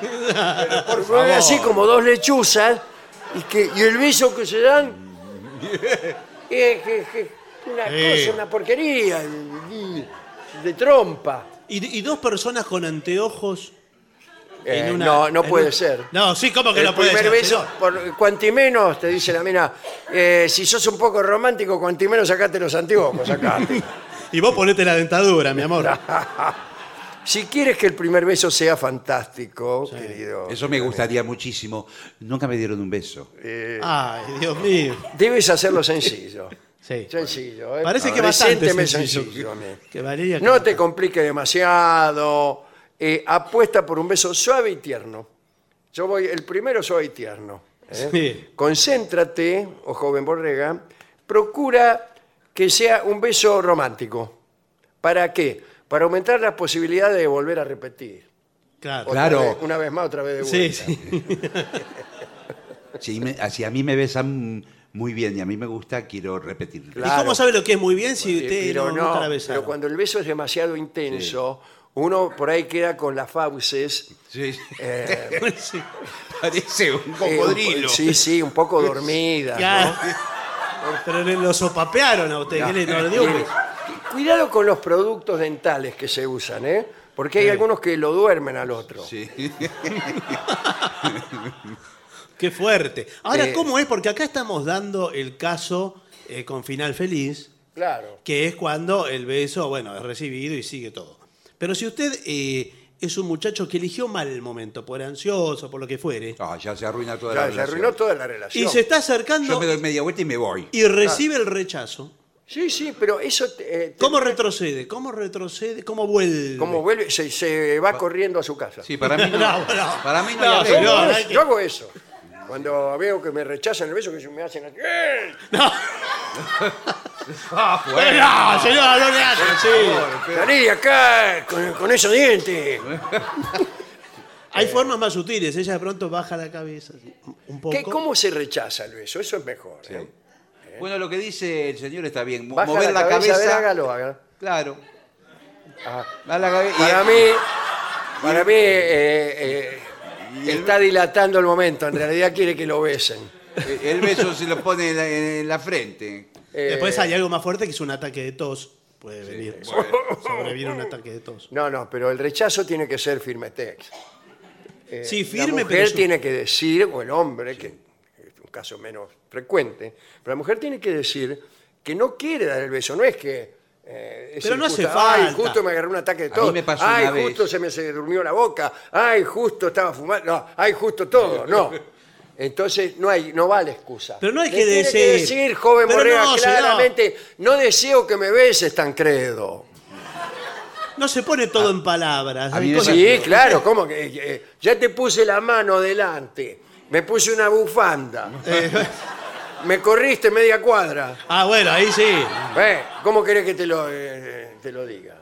S2: Pero por favor, así como dos lechuzas. Y, que, y el beso que se
S3: [laughs]
S2: dan. eh, que- que- una
S3: Sí.
S2: cosa, una porquería. y- y- de trompa.
S3: Y, y dos personas con anteojos. en
S2: Eh,
S3: una-
S2: no, no
S3: en
S2: puede
S3: un-
S2: ser.
S3: No, sí, ¿cómo que
S2: el
S3: no puede
S2: primer
S3: ser?
S2: beso,
S3: señor?
S2: por cuanti menos, te dice la mina, eh, si sos un poco romántico, cuanti menos sacate los anteojos,
S3: [laughs]
S2: sacate.
S3: Y vos ponete la dentadura,
S2: [laughs]
S3: mi amor.
S2: Si quieres que el primer beso sea fantástico, querido,
S4: Eso me gustaría muchísimo. Nunca me dieron un beso.
S3: Ay, Dios mío.
S2: debes hacerlo sencillo. [laughs]
S3: Sí.
S2: Sencillo, ¿eh?
S3: Parece que bastante
S2: Presénteme
S3: sencillo.
S2: sencillo a mí.
S3: Que Valeria.
S2: No te complique demasiado. eh, apuesta por un beso suave y tierno. Yo voy, el primero suave y tierno. ¿eh?
S3: Sí.
S2: Concéntrate, oh joven borrega, procura que sea un beso romántico. ¿Para qué? Para aumentar las posibilidades de volver a repetir.
S3: Claro.
S2: Otra
S4: Claro.
S2: vez, una vez más, otra vez de vuelta.
S3: Sí, sí.
S4: Si, me- si a mí me besan muy bien y a mí me gusta, quiero repetirlo.
S2: Claro.
S3: ¿Y cómo sabe lo que es muy bien si
S2: Eh,
S3: usted
S2: pero
S3: no,
S2: no,
S3: nunca la besaron?
S2: pero cuando el beso es demasiado intenso, uno por ahí queda con las fauces.
S4: Sí, sí.
S2: eh,
S3: [laughs] Sí.
S4: Parece un
S2: eh, un po-
S4: cocodrilo.
S2: sí, sí, un poco dormida.
S3: Claro. Pero le- lo sopapearon a usted. ¿Qué le, no le dio un beso?
S2: Cuidado con los productos dentales que se usan, ¿eh? Porque hay algunos que lo duermen al otro.
S4: Sí.
S3: Qué fuerte. Ahora,
S2: Eh.
S3: ¿cómo es? Porque acá estamos dando el caso eh, con final feliz,
S2: Claro.
S3: que es cuando el beso, bueno, es recibido y sigue todo. Pero si usted eh, es un muchacho que eligió mal el momento, por ansioso, por lo que fuere,
S4: Ah, ya se arruina toda
S2: Ya,
S4: la
S2: se
S4: relación.
S2: arruinó toda la relación.
S3: y se está
S4: Yo
S3: acercando
S4: me doy media vuelta y me voy.
S3: y recibe el rechazo,
S2: Sí, sí, pero eso... te- eh, te-
S3: ¿cómo retrocede? ¿Cómo retrocede? ¿Cómo vuelve? ¡Eh,
S2: Como vuelve, se, se va corriendo a su casa.
S4: Sí,
S3: [laughs]
S4: para mí no.
S3: No, no.
S4: Para mí no.
S3: No,
S4: hay
S2: Yo
S4: arreglo.
S3: señor.
S2: hago
S3: hay
S2: eso,
S3: que-
S2: Yo hago eso. Cuando veo que me rechazan el beso, que se me hacen... así, ¡eh!
S4: Ah,
S3: Eh,
S4: bueno.
S3: no, señor, no le hace, sí.
S2: Salí de acá con, con esos dientes.
S3: Hay
S4: Eh,
S3: formas más sutiles. Ella de pronto baja la cabeza así, un poco.
S2: ¿Qué- ¿Cómo se rechaza el beso? Eso es mejor. ¿eh? ¿eh?
S4: Bueno, lo que dice el señor está bien. Mo-
S2: Baja
S4: Mover la cabeza.
S2: a ver, hágalo, hágalo.
S4: Claro.
S2: Ah,
S4: Va la cabe- y-
S2: Para mí, para mí eh, eh, está dilatando el momento. En realidad quiere que lo besen.
S4: eh, El beso se lo pone en la, en la frente.
S2: Eh,
S3: Después hay algo más fuerte que es un ataque de tos. Puede venir. Sobreviene un ataque de tos.
S2: No, no, pero el rechazo tiene que ser firme text. Eh,
S3: Sí, firme,
S2: La mujer
S3: pero es un-
S2: tiene que decir, o el hombre, que es un caso menos frecuente, pero la mujer tiene que decir que no quiere dar el beso. No es que. eh, es
S3: Pero no hace
S2: injusta. Ay,
S3: falta".
S2: justo me agarró un ataque de
S4: mí
S2: todo.
S4: me pasó
S2: Ay,
S4: una vez.
S2: justo se me se durmió la boca. Ay, justo estaba fumando. No, ay, justo
S3: [laughs]
S2: todo. No. Entonces no hay, no vale excusa.
S3: Pero no hay
S2: Le
S3: que
S2: tiene
S3: decir.
S2: decir, joven
S3: Pero
S2: Morera,
S3: no, señor.
S2: claramente, no deseo que me beses tan credo.
S3: No se pone todo en palabras.
S4: Ah. a
S3: hay
S4: mí me
S3: cosas-
S4: sale-
S2: Sí, claro, ¿cómo que? eh, ya te puse la mano delante, me puse una
S3: [laughs]
S2: bufanda, me corriste media cuadra.
S3: Ah, bueno, ahí sí.
S2: Eh, ¿Cómo querés que te lo, eh, te lo diga?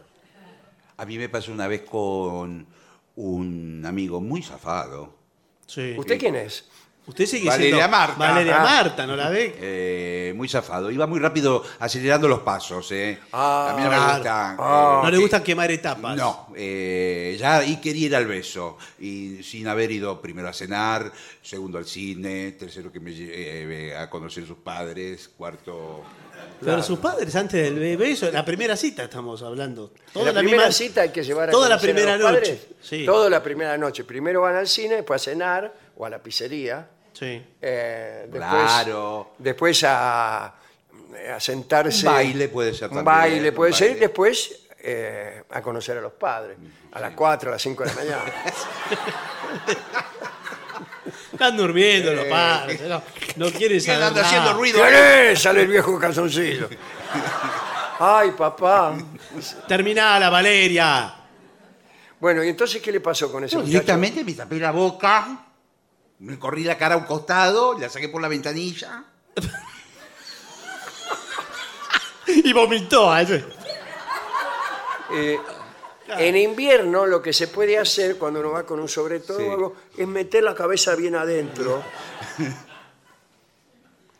S4: A mí me pasó una vez con un amigo muy zafado.
S3: Sí.
S2: ¿Usted quién es?
S3: Usted sigue
S4: Valeria
S3: siendo-
S4: Marta.
S3: Valeria
S2: Ah.
S3: Marta, ¿no la ve?
S4: eh, muy zafado. Iba muy rápido acelerando los pasos. eh.
S2: Ah,
S4: a mí no me
S3: claro.
S4: gusta.
S2: Ah.
S4: eh,
S3: No le
S4: que-
S3: gusta quemar etapas.
S4: No, eh, ya y quería ir al beso, y sin haber ido primero a cenar, segundo al cine, tercero que me lleve a conocer sus padres, cuarto...
S3: Pero sus padres antes del bebé, eso, la primera cita estamos hablando.
S2: En
S3: Toda
S2: la, primera
S3: misma-
S2: cita hay que llevar a
S3: Toda la
S2: conocer a
S3: primera
S2: los padres.
S3: noche. Sí.
S2: Toda la primera noche. Primero van al cine, después a cenar o a la pizzería.
S3: Sí.
S2: eh, después,
S4: Claro.
S2: Después a, a sentarse.
S4: Un baile puede ser
S2: Un
S4: también,
S2: baile
S4: un
S2: puede ser. Y
S4: baile.
S2: después eh, a conocer a los padres. A las 4, a las
S4: [laughs]
S2: 5 de la mañana.
S3: Están durmiendo los padres. No, no quieren
S4: Eh. ¿Qué
S3: saber.
S4: anda
S3: nada.
S4: haciendo ruido?
S2: ¿Quién es? Sale el viejo
S4: [laughs]
S2: calzoncillo. Ay, papá.
S3: Terminala, Valeria.
S2: Bueno, ¿y entonces qué le pasó con ese
S4: Yo
S2: muchacho?
S4: directamente me tapé la boca, me corrí la cara a un costado, la saqué por la ventanilla.
S3: Y vomitó. a ese.
S2: Eh, En invierno lo que se puede hacer cuando uno va con un sobretodo
S4: Sí.
S2: o algo, es meter la cabeza bien
S3: [laughs]
S2: adentro.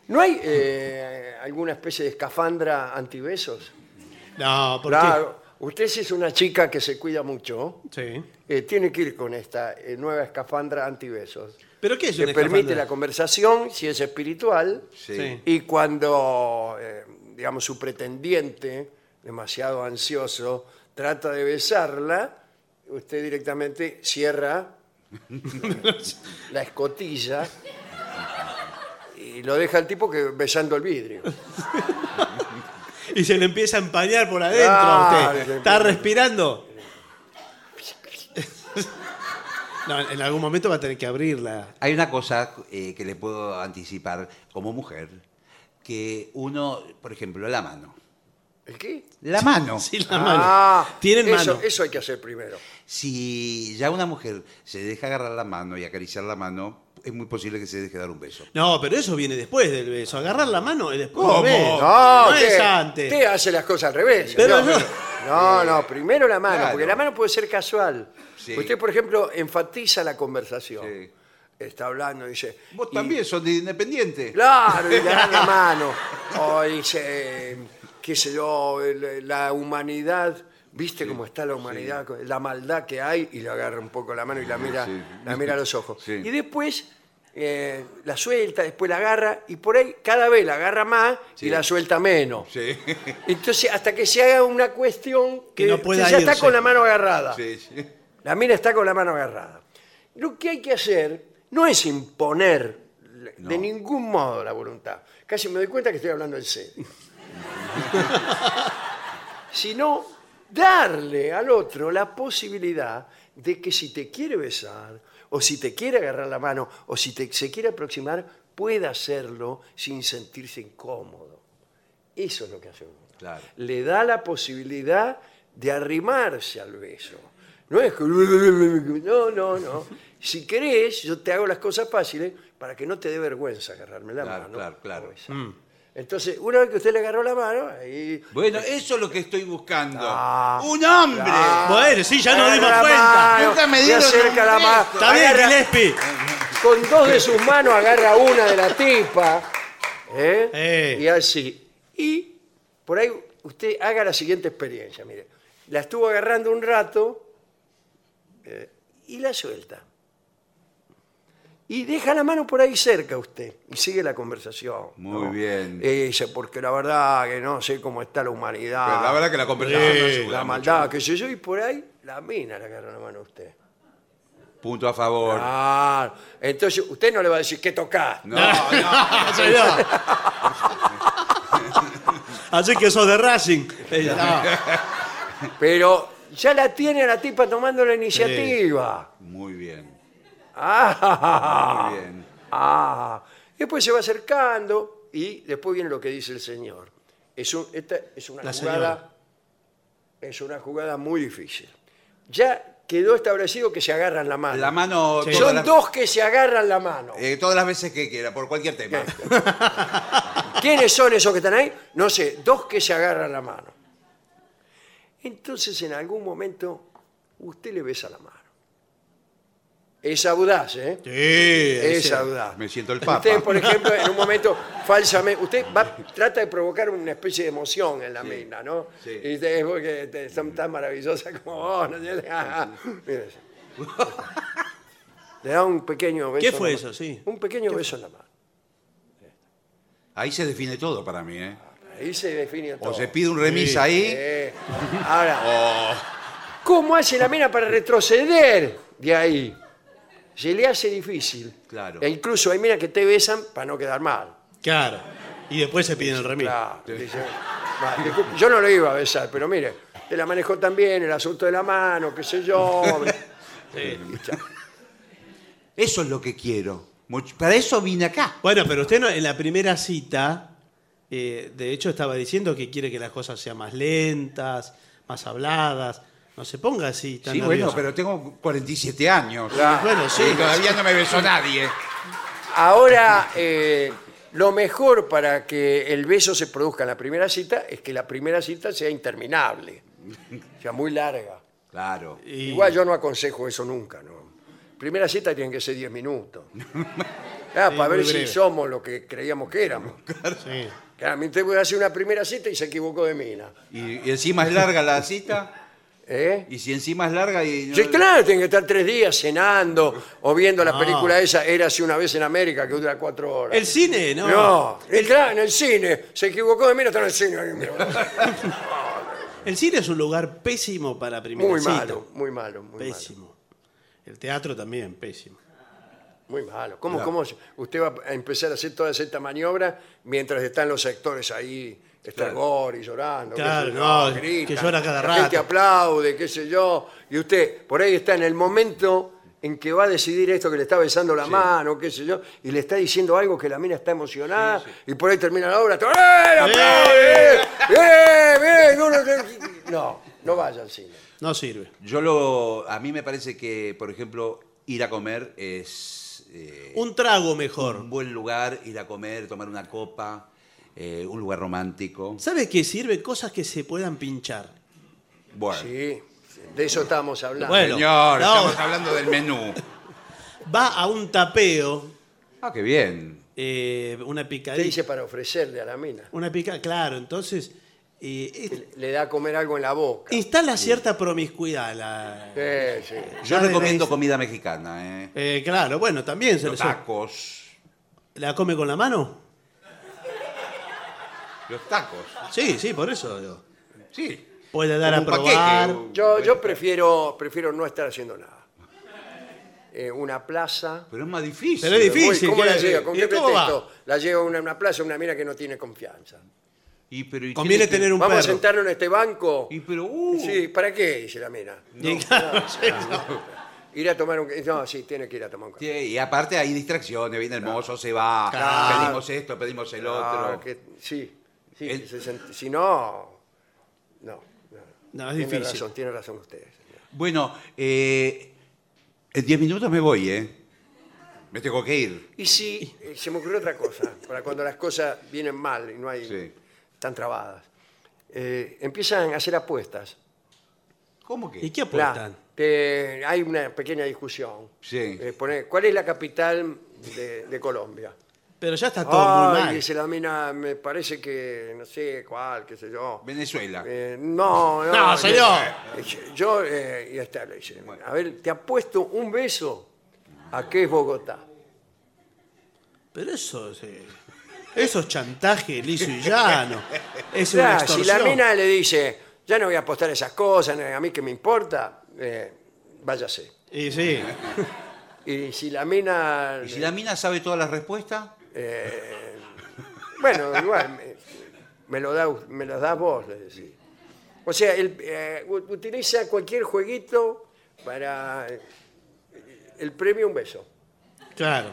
S2: ¿No hay eh, alguna especie de escafandra antibesos?
S3: No, ¿por
S2: Claro. Usted si es una chica que se cuida mucho,
S3: qué? Sí.
S2: eh, tiene que ir con esta eh, nueva escafandra antibesos.
S3: ¿Pero qué es
S2: Que
S3: una
S2: permite
S3: escafandra?
S2: la conversación, si es espiritual,
S4: Sí.
S3: Sí.
S2: y cuando, eh, digamos, su pretendiente, demasiado ansioso, trata de besarla, usted directamente cierra la escotilla y lo deja al tipo que besando el vidrio.
S3: Y se le empieza a empañar por adentro a
S2: Claro,
S3: usted.
S2: se
S3: ¿Está
S2: empieza.
S3: respirando? [laughs] No, en algún momento va a tener que abrirla.
S4: Hay una cosa eh, que le puedo anticipar como mujer, que uno, por ejemplo, la mano.
S2: ¿El qué?
S4: La mano.
S3: Sí, la
S2: Ah,
S3: mano. Tienen
S2: eso,
S3: mano.
S2: Eso hay que hacer primero.
S4: Si ya una mujer se deja agarrar la mano y acariciar la mano, es muy posible que se deje dar un beso.
S3: No, pero eso viene después del beso. Agarrar la mano es después
S4: ¿Cómo?
S3: del beso.
S2: No,
S3: No
S2: usted,
S3: es antes.
S2: usted hace las cosas al revés.
S3: Pero
S2: no,
S3: yo-
S2: no, no, primero la mano,
S4: Claro.
S2: porque la mano puede ser casual.
S4: Sí.
S2: Usted, por ejemplo, enfatiza la conversación.
S4: Sí.
S2: Está hablando y dice...
S4: Vos
S2: y-
S4: también sos de independiente.
S2: Claro, y le
S5: [laughs]
S2: dan la mano. O dice, qué sé yo, el- la humanidad... ¿Viste cómo está la humanidad? La maldad que hay y le agarra un poco la mano y la mira,
S5: Ah, Sí.
S2: la mira a los ojos.
S5: Sí.
S2: Y después eh, la suelta, después la agarra y por ahí cada vez la agarra más y la suelta menos.
S5: Sí.
S2: Entonces, hasta que se haga una cuestión que,
S3: Que no
S2: usted
S3: pueda
S2: ya está
S3: irse.
S2: con la mano agarrada.
S5: Sí, sí.
S2: La mina está con la mano agarrada. Lo que hay que hacer no es imponer de ningún modo la voluntad. Casi me doy cuenta que estoy hablando en serio. Sino darle al otro la posibilidad de que si te quiere besar, o si te quiere agarrar la mano, o si te- se quiere aproximar, pueda hacerlo sin sentirse incómodo. Eso es lo que hace uno.
S4: Claro.
S2: Le da la posibilidad de arrimarse al beso. No es que... No, no, no. Si querés, yo te hago las cosas fáciles para que no te dé vergüenza agarrarme la
S4: Claro,
S2: mano.
S4: claro, claro. Mm.
S2: o besar. Entonces, una vez que usted le agarró la mano, ahí...
S4: Bueno, eso es lo que estoy buscando.
S2: Ah.
S4: ¡Un hombre!
S3: Bueno, sí, ya nos
S2: Agarra
S3: dimos
S2: la
S3: cuenta.
S2: mano,
S4: Nunca me
S2: le
S4: dieron
S2: acerca
S4: un
S2: la
S4: beso.
S2: mano.
S3: Está bien,
S2: agarra-
S3: Gillespie.
S2: con dos de sus manos agarra una de la tipa ¿eh?
S3: Eh.
S2: Y así. Y por ahí usted haga la siguiente experiencia, mire. La estuvo agarrando un rato eh, y la suelta. Y deja la mano por ahí cerca usted y sigue la conversación.
S5: Muy bien.
S2: Y dice, porque la verdad que no sé cómo está la humanidad.
S5: Pero la verdad que la conversación no ayuda
S2: La
S5: mucho.
S2: maldad, qué sé yo, y por ahí la mina le agarra la mano a usted.
S5: Punto a favor.
S2: Ah, entonces usted no le va a decir qué tocar.
S5: No,
S4: [laughs]
S5: no.
S3: Señor. Así que sos de Racing. Eh, no.
S2: Pero ya la tiene la tipa tomando la iniciativa.
S5: Muy bien.
S2: Ah,
S5: Muy bien.
S2: ah. Después se va acercando y después viene lo que dice el señor. Es un- esta es una
S3: La
S2: jugada.
S3: señora.
S2: Es una jugada muy difícil. Ya quedó establecido que se agarran la mano.
S4: La mano.
S3: Sí.
S4: todas,
S2: Son
S4: las,
S2: dos que se agarran la mano.
S4: eh, todas las veces que quiera, por cualquier tema.
S2: ¿Quiénes son esos que están ahí? No sé, dos que se agarran la mano. Entonces, en algún momento, usted le besa la mano. Es audaz, ¿eh?
S3: Sí,
S2: es
S3: sí.
S2: audaz.
S4: Me siento el papa.
S2: Usted, por ejemplo, en un
S3: [laughs]
S2: momento, falsamente, usted va- trata de provocar una especie de emoción en la mina, ¿no?
S4: sí.
S2: Y dice, es porque te- son tan maravillosas como vos, ¿no? entiendes? [laughs] Mira eso. Le da un pequeño beso.
S3: ¿Qué
S2: en la
S3: fue
S2: mano.
S3: eso? Sí.
S2: Un pequeño beso en la mano.
S4: Ahí se define todo para mí, ¿eh?
S2: Ahí se define todo.
S4: O se pide un remis ahí.
S2: Eh, Ahora, ¿cómo hace la mina para retroceder de ahí? Se le hace difícil.
S4: Claro.
S2: E incluso hay minas que te besan para no quedar mal.
S3: Claro. Y después se piden el remis.
S2: Claro, dice, "Va, disculpe, yo no lo iba a besar, pero mire, te la manejó también, el asunto de la mano, qué sé yo.
S4: Eso es lo que quiero. Much- para eso vine acá.
S3: Bueno, pero usted no, en la primera cita, eh, de hecho estaba diciendo que quiere que las cosas sean más lentas, más habladas. No se ponga así tan
S4: Sí, bueno,
S3: nervioso.
S4: pero tengo 47 años.
S2: Claro.
S3: Bueno, sí.
S4: Y todavía no me besó nadie.
S2: Ahora, eh, lo mejor para que el beso se produzca en la primera cita es que la primera cita sea interminable, sea muy larga.
S4: Claro.
S3: Y-
S2: Igual yo no aconsejo eso nunca, ¿no? Primera cita tienen que ser 10
S3: [laughs]
S2: minutos. Ah,
S3: Sí,
S2: para
S3: muy
S2: ver
S3: breve.
S2: si somos lo que creíamos que
S3: [laughs]
S2: éramos.
S3: Sí.
S2: Claramente voy a hacer una primera cita y se equivocó de mina.
S4: Y, y encima es larga la cita.
S2: ¿Eh?
S4: Y si encima es larga y. no-
S2: Sí, claro, tienen que estar tres días cenando o viendo la
S3: No.
S2: película esa, Érase una vez en América, que dura cuatro horas.
S3: Ah. El cine, ¿no?
S2: No, y claro, en el cine. Se equivocó de mina, está en el
S3: [laughs]
S2: cine.
S3: El cine es un lugar pésimo para primera
S2: Muy
S3: cita.
S2: malo, muy malo, muy malo.
S3: Pésimo. El teatro también, pésimo.
S2: Muy malo. ¿Cómo, cómo usted va a empezar a hacer toda esta maniobra mientras están los actores ahí, Estergori, llorando? qué sé
S3: Claro,
S2: yo,
S3: no,
S2: gritan,
S3: que llora cada
S2: la gente
S3: rato.
S2: aplaude, qué sé yo. Y usted por ahí está en el momento en que va a decidir esto que le está besando la mano, qué sé yo, y le está diciendo algo que la mina está emocionada, y por ahí termina la obra, ¡eh, aplaude! ¡Bien, bien! uno que- No, no vaya al cine.
S3: No sirve.
S4: Yo lo. A mí me parece que, por ejemplo, ir a comer es. eh,
S3: Un trago mejor.
S4: un buen lugar, ir a comer, tomar una copa, eh, un lugar romántico.
S3: ¿Sabe qué sirve? Cosas que se puedan pinchar.
S4: Bueno,
S2: Sí, de eso estamos hablando.
S3: Bueno.
S4: señor,
S3: No.
S4: estamos hablando del menú.
S3: Va a un tapeo,
S4: Ah, qué bien.
S3: eh, una
S2: Usted
S3: picadilla.
S2: dice para ofrecerle a la mina.
S3: Una pica, claro, entonces eh, es-
S2: le da a comer algo en la boca.
S3: instala cierta promiscuidad. la-
S2: Sí, sí.
S4: Yo
S3: Ya de
S4: recomiendo
S3: raíz.
S4: comida mexicana, ¿eh?
S3: Eh, claro, bueno, también se les-
S4: Los tacos.
S3: ¿La come con la mano?
S4: Los tacos.
S3: Sí, sí, por eso. digo.
S4: Sí.
S3: Puede dar a
S4: Como un
S3: probar.
S4: paquete, o-
S2: Yo, yo prefiero, prefiero no estar haciendo nada. Eh, una plaza.
S4: Pero es más difícil.
S3: Pero es difícil.
S2: Uy, ¿Cómo la
S3: ¿qué-
S2: llega? ¿Con
S3: y
S2: qué
S3: cómo va?
S2: pretexto? La lleva a una, una plaza, una mina que no tiene confianza.
S4: Y, pero, ¿y
S3: Conviene
S4: tiene que-
S3: tener un
S2: Vamos a
S3: perro.
S2: sentarnos en este banco.
S4: Y pero, uh,
S2: Sí, ¿para qué? Dice la mina.
S3: Y claro, sí, no.
S2: [laughs] Ir a tomar un. No, sí, tiene que ir a tomar un café.
S4: Y aparte hay distracciones, viene el mozo, se va,
S3: Claro.
S4: pedimos esto, pedimos el
S2: Ah,
S4: otro.
S2: que- sí, sí,
S4: El-
S2: se sent- si no. No. no.
S3: No, es
S2: Tiene
S3: difícil.
S2: razón, tiene razón ustedes.
S4: Bueno, eh, en 10 minutos me voy, ¿eh? Me tengo que ir.
S2: Y si eh, se me ocurrió otra cosa, para cuando las cosas vienen mal y no hay
S4: Sí.
S2: están trabadas. Eh, empiezan a hacer apuestas.
S4: ¿Cómo que?
S3: ¿Y qué
S2: La-
S3: apuestan?
S2: te- hay una pequeña discusión.
S4: Sí.
S2: Eh, pone, ¿Cuál es la capital de, de Colombia?
S3: Pero ya está todo muy
S2: Ay,
S3: mal.
S2: dice la mina, me parece que, no sé cuál, qué sé yo.
S5: Venezuela.
S2: Eh, no, no.
S3: No, señor.
S2: eh, Yo, eh, ya está, le dice. A ver, te apuesto un beso a que es Bogotá.
S3: Pero eso es, eh, eso es chantaje liso y llano. Es una
S2: Claro, si
S3: extorsión.
S2: la mina le dice, ya no voy a apostar esas cosas, no, a mí que me importa, eh, váyase.
S3: Y sí.
S2: Y si la mina...
S4: ¿Y si la mina sabe todas las respuestas?
S2: eh, bueno, igual, me, me lo da, u- me las das vos, le decís. O sea, él, eh, u- utiliza cualquier jueguito para... eh, El premio un beso.
S3: Claro.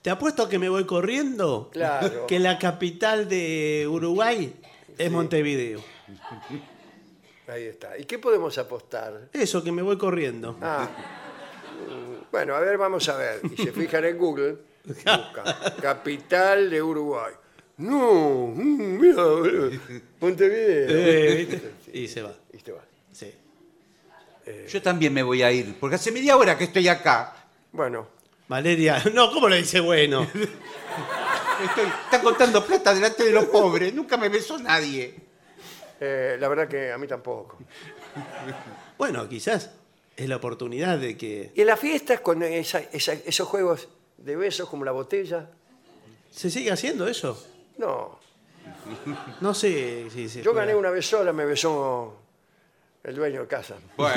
S3: Te apuesto que me voy corriendo.
S2: Claro.
S3: Que la capital de Uruguay es Montevideo.
S2: Ahí está. ¿Y qué podemos apostar?
S3: Eso, que me voy corriendo.
S2: Ah. mm, [laughs] Bueno, a ver, vamos a ver. Y se fijan en Google,
S3: [laughs]
S2: busca capital de Uruguay. No, mm, mira, boludo, Montevideo.
S3: Eh, ¿viste? Y se va.
S2: Y te va.
S3: Sí.
S2: Eh.
S4: Yo también me voy a ir, porque hace media hora que estoy acá.
S2: Bueno,
S3: Valeria. [laughs] No, ¿cómo le dice bueno?
S4: Estoy, están contando plata delante de los pobres, nunca me besó nadie.
S2: eh, la verdad que a mí tampoco.
S3: Bueno, quizás es la oportunidad de que.
S2: ¿Y en las fiestas con esa- esa- esos juegos de besos como la botella?
S3: ¿Se sigue haciendo eso?
S2: No.
S3: No sé si se
S2: Yo
S3: juega.
S2: gané una vez sola, me besó el dueño de casa.
S4: [laughs]
S5: Bueno,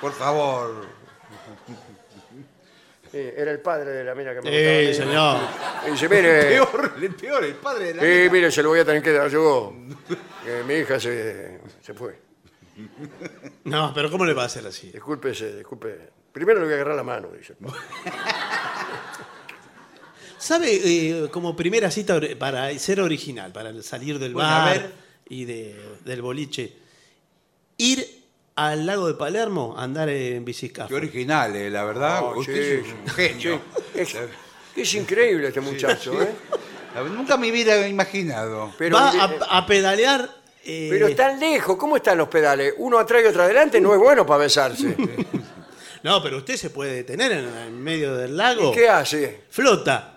S4: Por favor.
S2: Eh, Era el padre de la mina que me
S3: Eh,
S2: gustaba.
S3: señor.
S2: Y dice,
S3: [laughs]
S2: mire,
S4: Peor, el peor, el padre de la
S2: Eh, mire, se lo voy a tener que dar yo. Que mi hija se, se fue.
S3: No, pero ¿cómo le va a hacer así?
S2: Discúlpese, disculpe. Primero le voy a agarrar la mano, dice.
S3: ¿Sabe eh, como primera cita or- para ser original, para salir del
S4: Bueno, a
S3: bar
S4: ver.
S3: y de- del boliche? Ir al lago de Palermo a andar en
S5: qué
S3: bicicleta.
S5: original, eh, la verdad.
S2: Oh,
S5: Usted
S2: sí,
S5: es un genio.
S2: Es, es increíble este muchacho, ¿eh?
S4: Nunca me hubiera imaginado.
S2: Pero,
S3: va
S2: eh,
S3: a, a pedalear. eh,
S2: pero tan lejos, ¿cómo están los pedales? Uno atrás y otro adelante, no es bueno para besarse.
S3: No, pero usted se puede detener en, en medio del lago.
S2: ¿Qué hace? [laughs]
S3: Flota.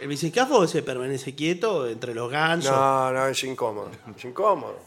S3: El bicicafo se permanece quieto entre los gansos.
S2: No, no, es incómodo. Es incómodo.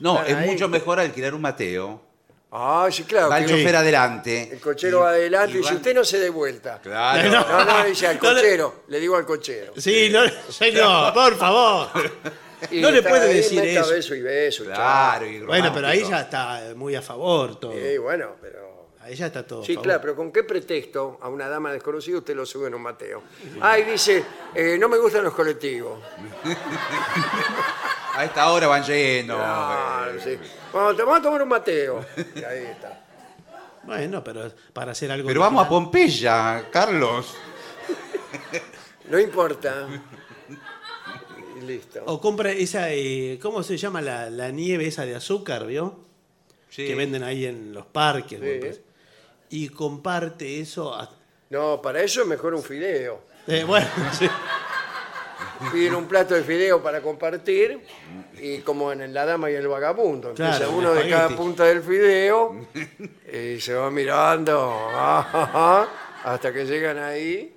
S4: No,
S2: Para
S4: es
S2: ahí.
S4: mucho mejor alquilar un Mateo.
S2: Ah, sí, claro.
S4: Va
S2: que
S4: el
S3: Sí.
S4: chofer adelante.
S2: el cochero va adelante y
S4: y
S2: dice,
S4: van-
S2: usted no se dé vuelta.
S5: Claro.
S3: No.
S2: No, no, dice al
S3: No le-
S2: cochero. Le digo al cochero.
S3: Sí, no, [laughs] señor, por favor.
S2: Eh, [laughs] Y
S3: No le
S2: está
S3: puede
S2: ahí,
S3: decir
S2: meta
S3: eso.
S2: beso y beso. y
S4: Claro,
S2: chao.
S4: y
S3: Bueno, pero ahí ya
S4: romántico.
S3: está muy a favor todo.
S2: Sí, bueno, pero...
S3: Ahí ya está todo. a
S2: Sí,
S3: favor.
S2: claro, pero ¿con qué pretexto a una dama desconocida usted lo sube en un mateo? Ay, dice, eh, no me gustan los colectivos.
S4: A esta hora van llenos.
S2: Ah, sí. Bueno, te vamos a tomar un mateo. Y ahí está.
S3: Bueno, pero para hacer algo.
S4: Pero vamos a
S3: original.
S4: Pompeya, Carlos.
S2: No importa. Y listo.
S3: O compra esa. eh, ¿Cómo se llama la, la nieve esa de azúcar, vio?
S4: Sí.
S3: Que venden ahí en los parques. me
S2: Sí.
S3: parece. Y comparte eso. a-
S2: No, para eso es mejor un fideo.
S3: eh, [laughs] bueno, sí.
S2: Piden un plato de fideo para compartir y como en La Dama y el Vagabundo. Empieza
S3: Claro,
S2: uno de cada
S3: espagueti.
S2: punta del fideo y se va mirando [laughs] hasta que llegan ahí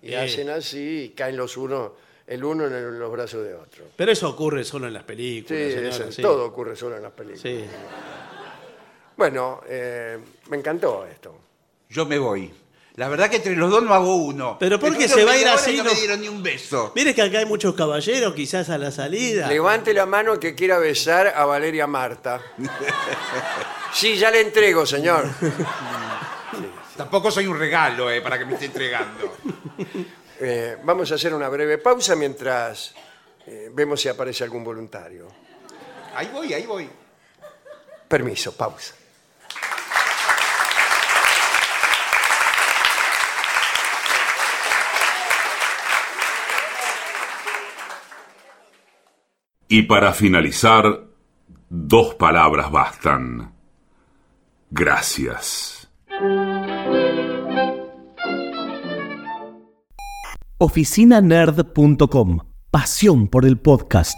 S2: y
S3: Eh.
S2: hacen así y caen los unos, el uno en el- los brazos de otro.
S3: Pero eso ocurre solo en las
S2: Sí,
S3: películas. señora,
S2: eso-
S3: sí.
S2: todo ocurre solo en las películas.
S3: Sí.
S2: Bueno, eh, me encantó esto.
S4: Yo me voy. La verdad que entre los dos no hago uno.
S3: Pero ¿por qué
S4: Estuve
S3: se va a
S4: media
S3: ir
S4: hora
S3: así,
S4: y No,
S3: no?
S4: me dieron ni un beso.
S3: Mire que acá hay muchos caballeros, quizás a la salida.
S2: Levante la mano que quiera besar a Valeria
S3: [laughs]
S2: Marta. Sí, ya le entrego, señor.
S5: Tampoco soy un regalo, eh, para que me esté entregando.
S2: Eh, vamos a hacer una breve pausa mientras eh, vemos si aparece algún voluntario.
S5: Ahí voy, ahí voy.
S2: Permiso, pausa.
S6: Y para finalizar, dos palabras bastan. Gracias.
S7: oficinanerd.com. Pasión por el podcast.